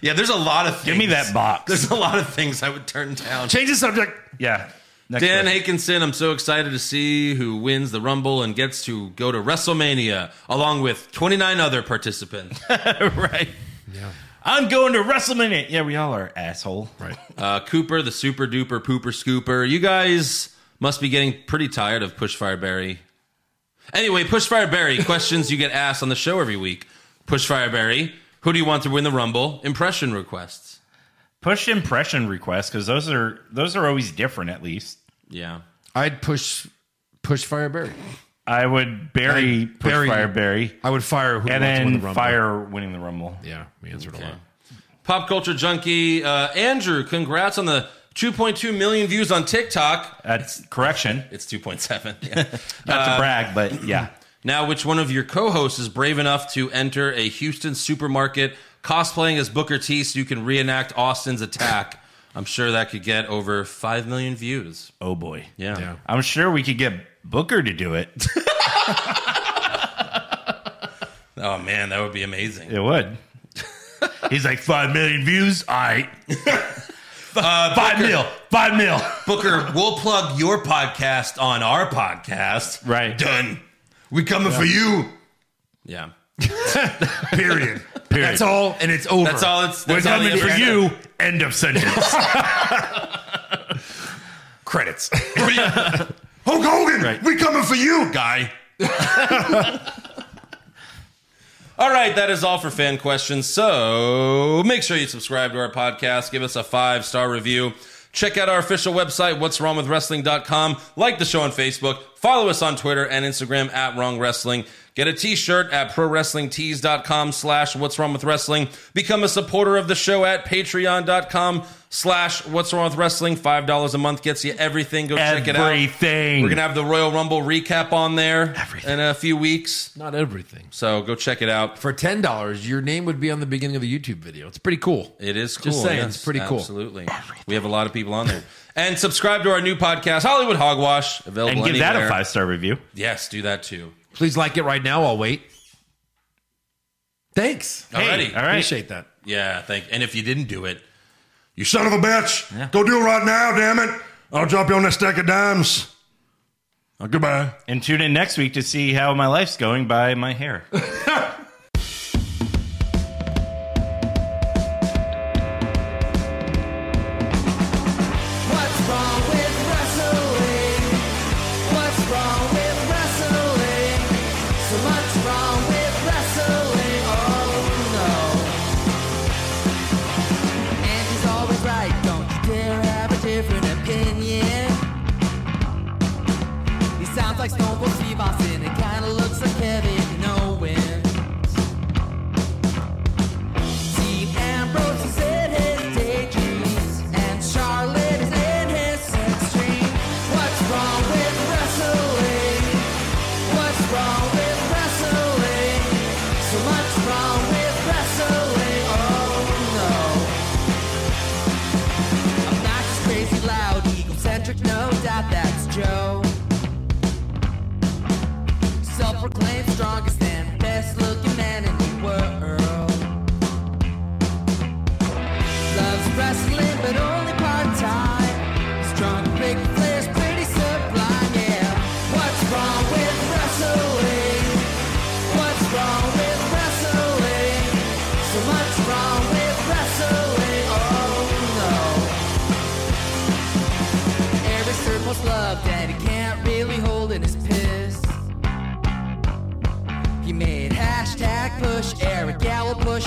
Yeah, there's a lot of. Things. Give me that box. There's a lot of things I would turn down. Change the subject. Yeah. Next Dan question. Hakenson, I'm so excited to see who wins the Rumble and gets to go to WrestleMania along with 29 other participants. right. I'm going to WrestleMania. Yeah, we all are asshole. Right. Uh, Cooper, the super duper pooper scooper. You guys must be getting pretty tired of Pushfire Berry. Anyway, Pushfire Berry, questions you get asked on the show every week. Pushfire Berry, who do you want to win the Rumble? Impression requests. Push impression requests because those are those are always different. At least Yeah. I'd push push Fireberry. I would bury push bury- fire bury I would fire who and wants to then win the Rumble. fire winning the rumble. Yeah, we answered a lot. Pop culture junkie, uh, Andrew, congrats on the 2.2 million views on TikTok. That's correction. It's 2.7. Yeah. Not to brag, but yeah. Now, which one of your co hosts is brave enough to enter a Houston supermarket cosplaying as Booker T so you can reenact Austin's attack? I'm sure that could get over 5 million views. Oh boy. Yeah. I'm sure we could get Booker to do it. Oh, man, that would be amazing. it would. He's like five million views. All right. Uh, Five Booker, mil. Five mil. Booker, we'll plug your podcast on our podcast. Right. Done. We coming for you. Yeah. Period. Period. That's all, and it's over. That's all it's. That's all the episode- End of sentence. Credits. Hulk Hogan, we coming for you, guy. All right, that is all for fan questions. So make sure you subscribe to our podcast, give us a five star review. Check out our official website, what's wrong with wrestling.com. Like the show on Facebook, follow us on Twitter and Instagram at wrong wrestling. Get a t-shirt at pro wrestlingtees.com slash what's wrong with wrestling. Become a supporter of the show at patreon.com slash what's wrong with wrestling. Five dollars a month gets you everything. Go check it out. Everything. We're gonna have the Royal Rumble recap on there in a few weeks. Not everything. So go check it out. For ten dollars, your name would be on the beginning of the YouTube video. It's pretty cool. It is cool. Just saying, yes, it's pretty cool. Absolutely. We have a lot of people on there. and subscribe to our new podcast, Hollywood Hogwash, available and give anywhere. that a five star review. Yes, do that too. Please like it right now. I'll wait. Thanks. Alrighty. all right. Appreciate that. Yeah, thank and if you didn't do it, You son of a bitch. Go do it right now, damn it. I'll drop you on that stack of dimes. Uh, goodbye. And tune in next week to see how my life's going by my hair. What's wrong with wrestling? What's wrong with wrestling? So much wrong with wrestling. Oh no. And he's always right. Don't you dare have a different opinion. He sounds like Stone Cold Steve Austin. It kinda looks like Kevin Owens. wrong with wrestling? Oh no. Obnoxious, crazy, loud, egocentric, no doubt that's Joe. Self proclaimed strongest and best looking man in the world. Loves wrestling, but only part time. Strong, big players, pretty sublime, yeah. What's wrong with wrestling? What's wrong with wrestling? So much wrong with wrestling, oh no. Every circle's love that he can't really hold in his piss. He made hashtag push Eric Gallo push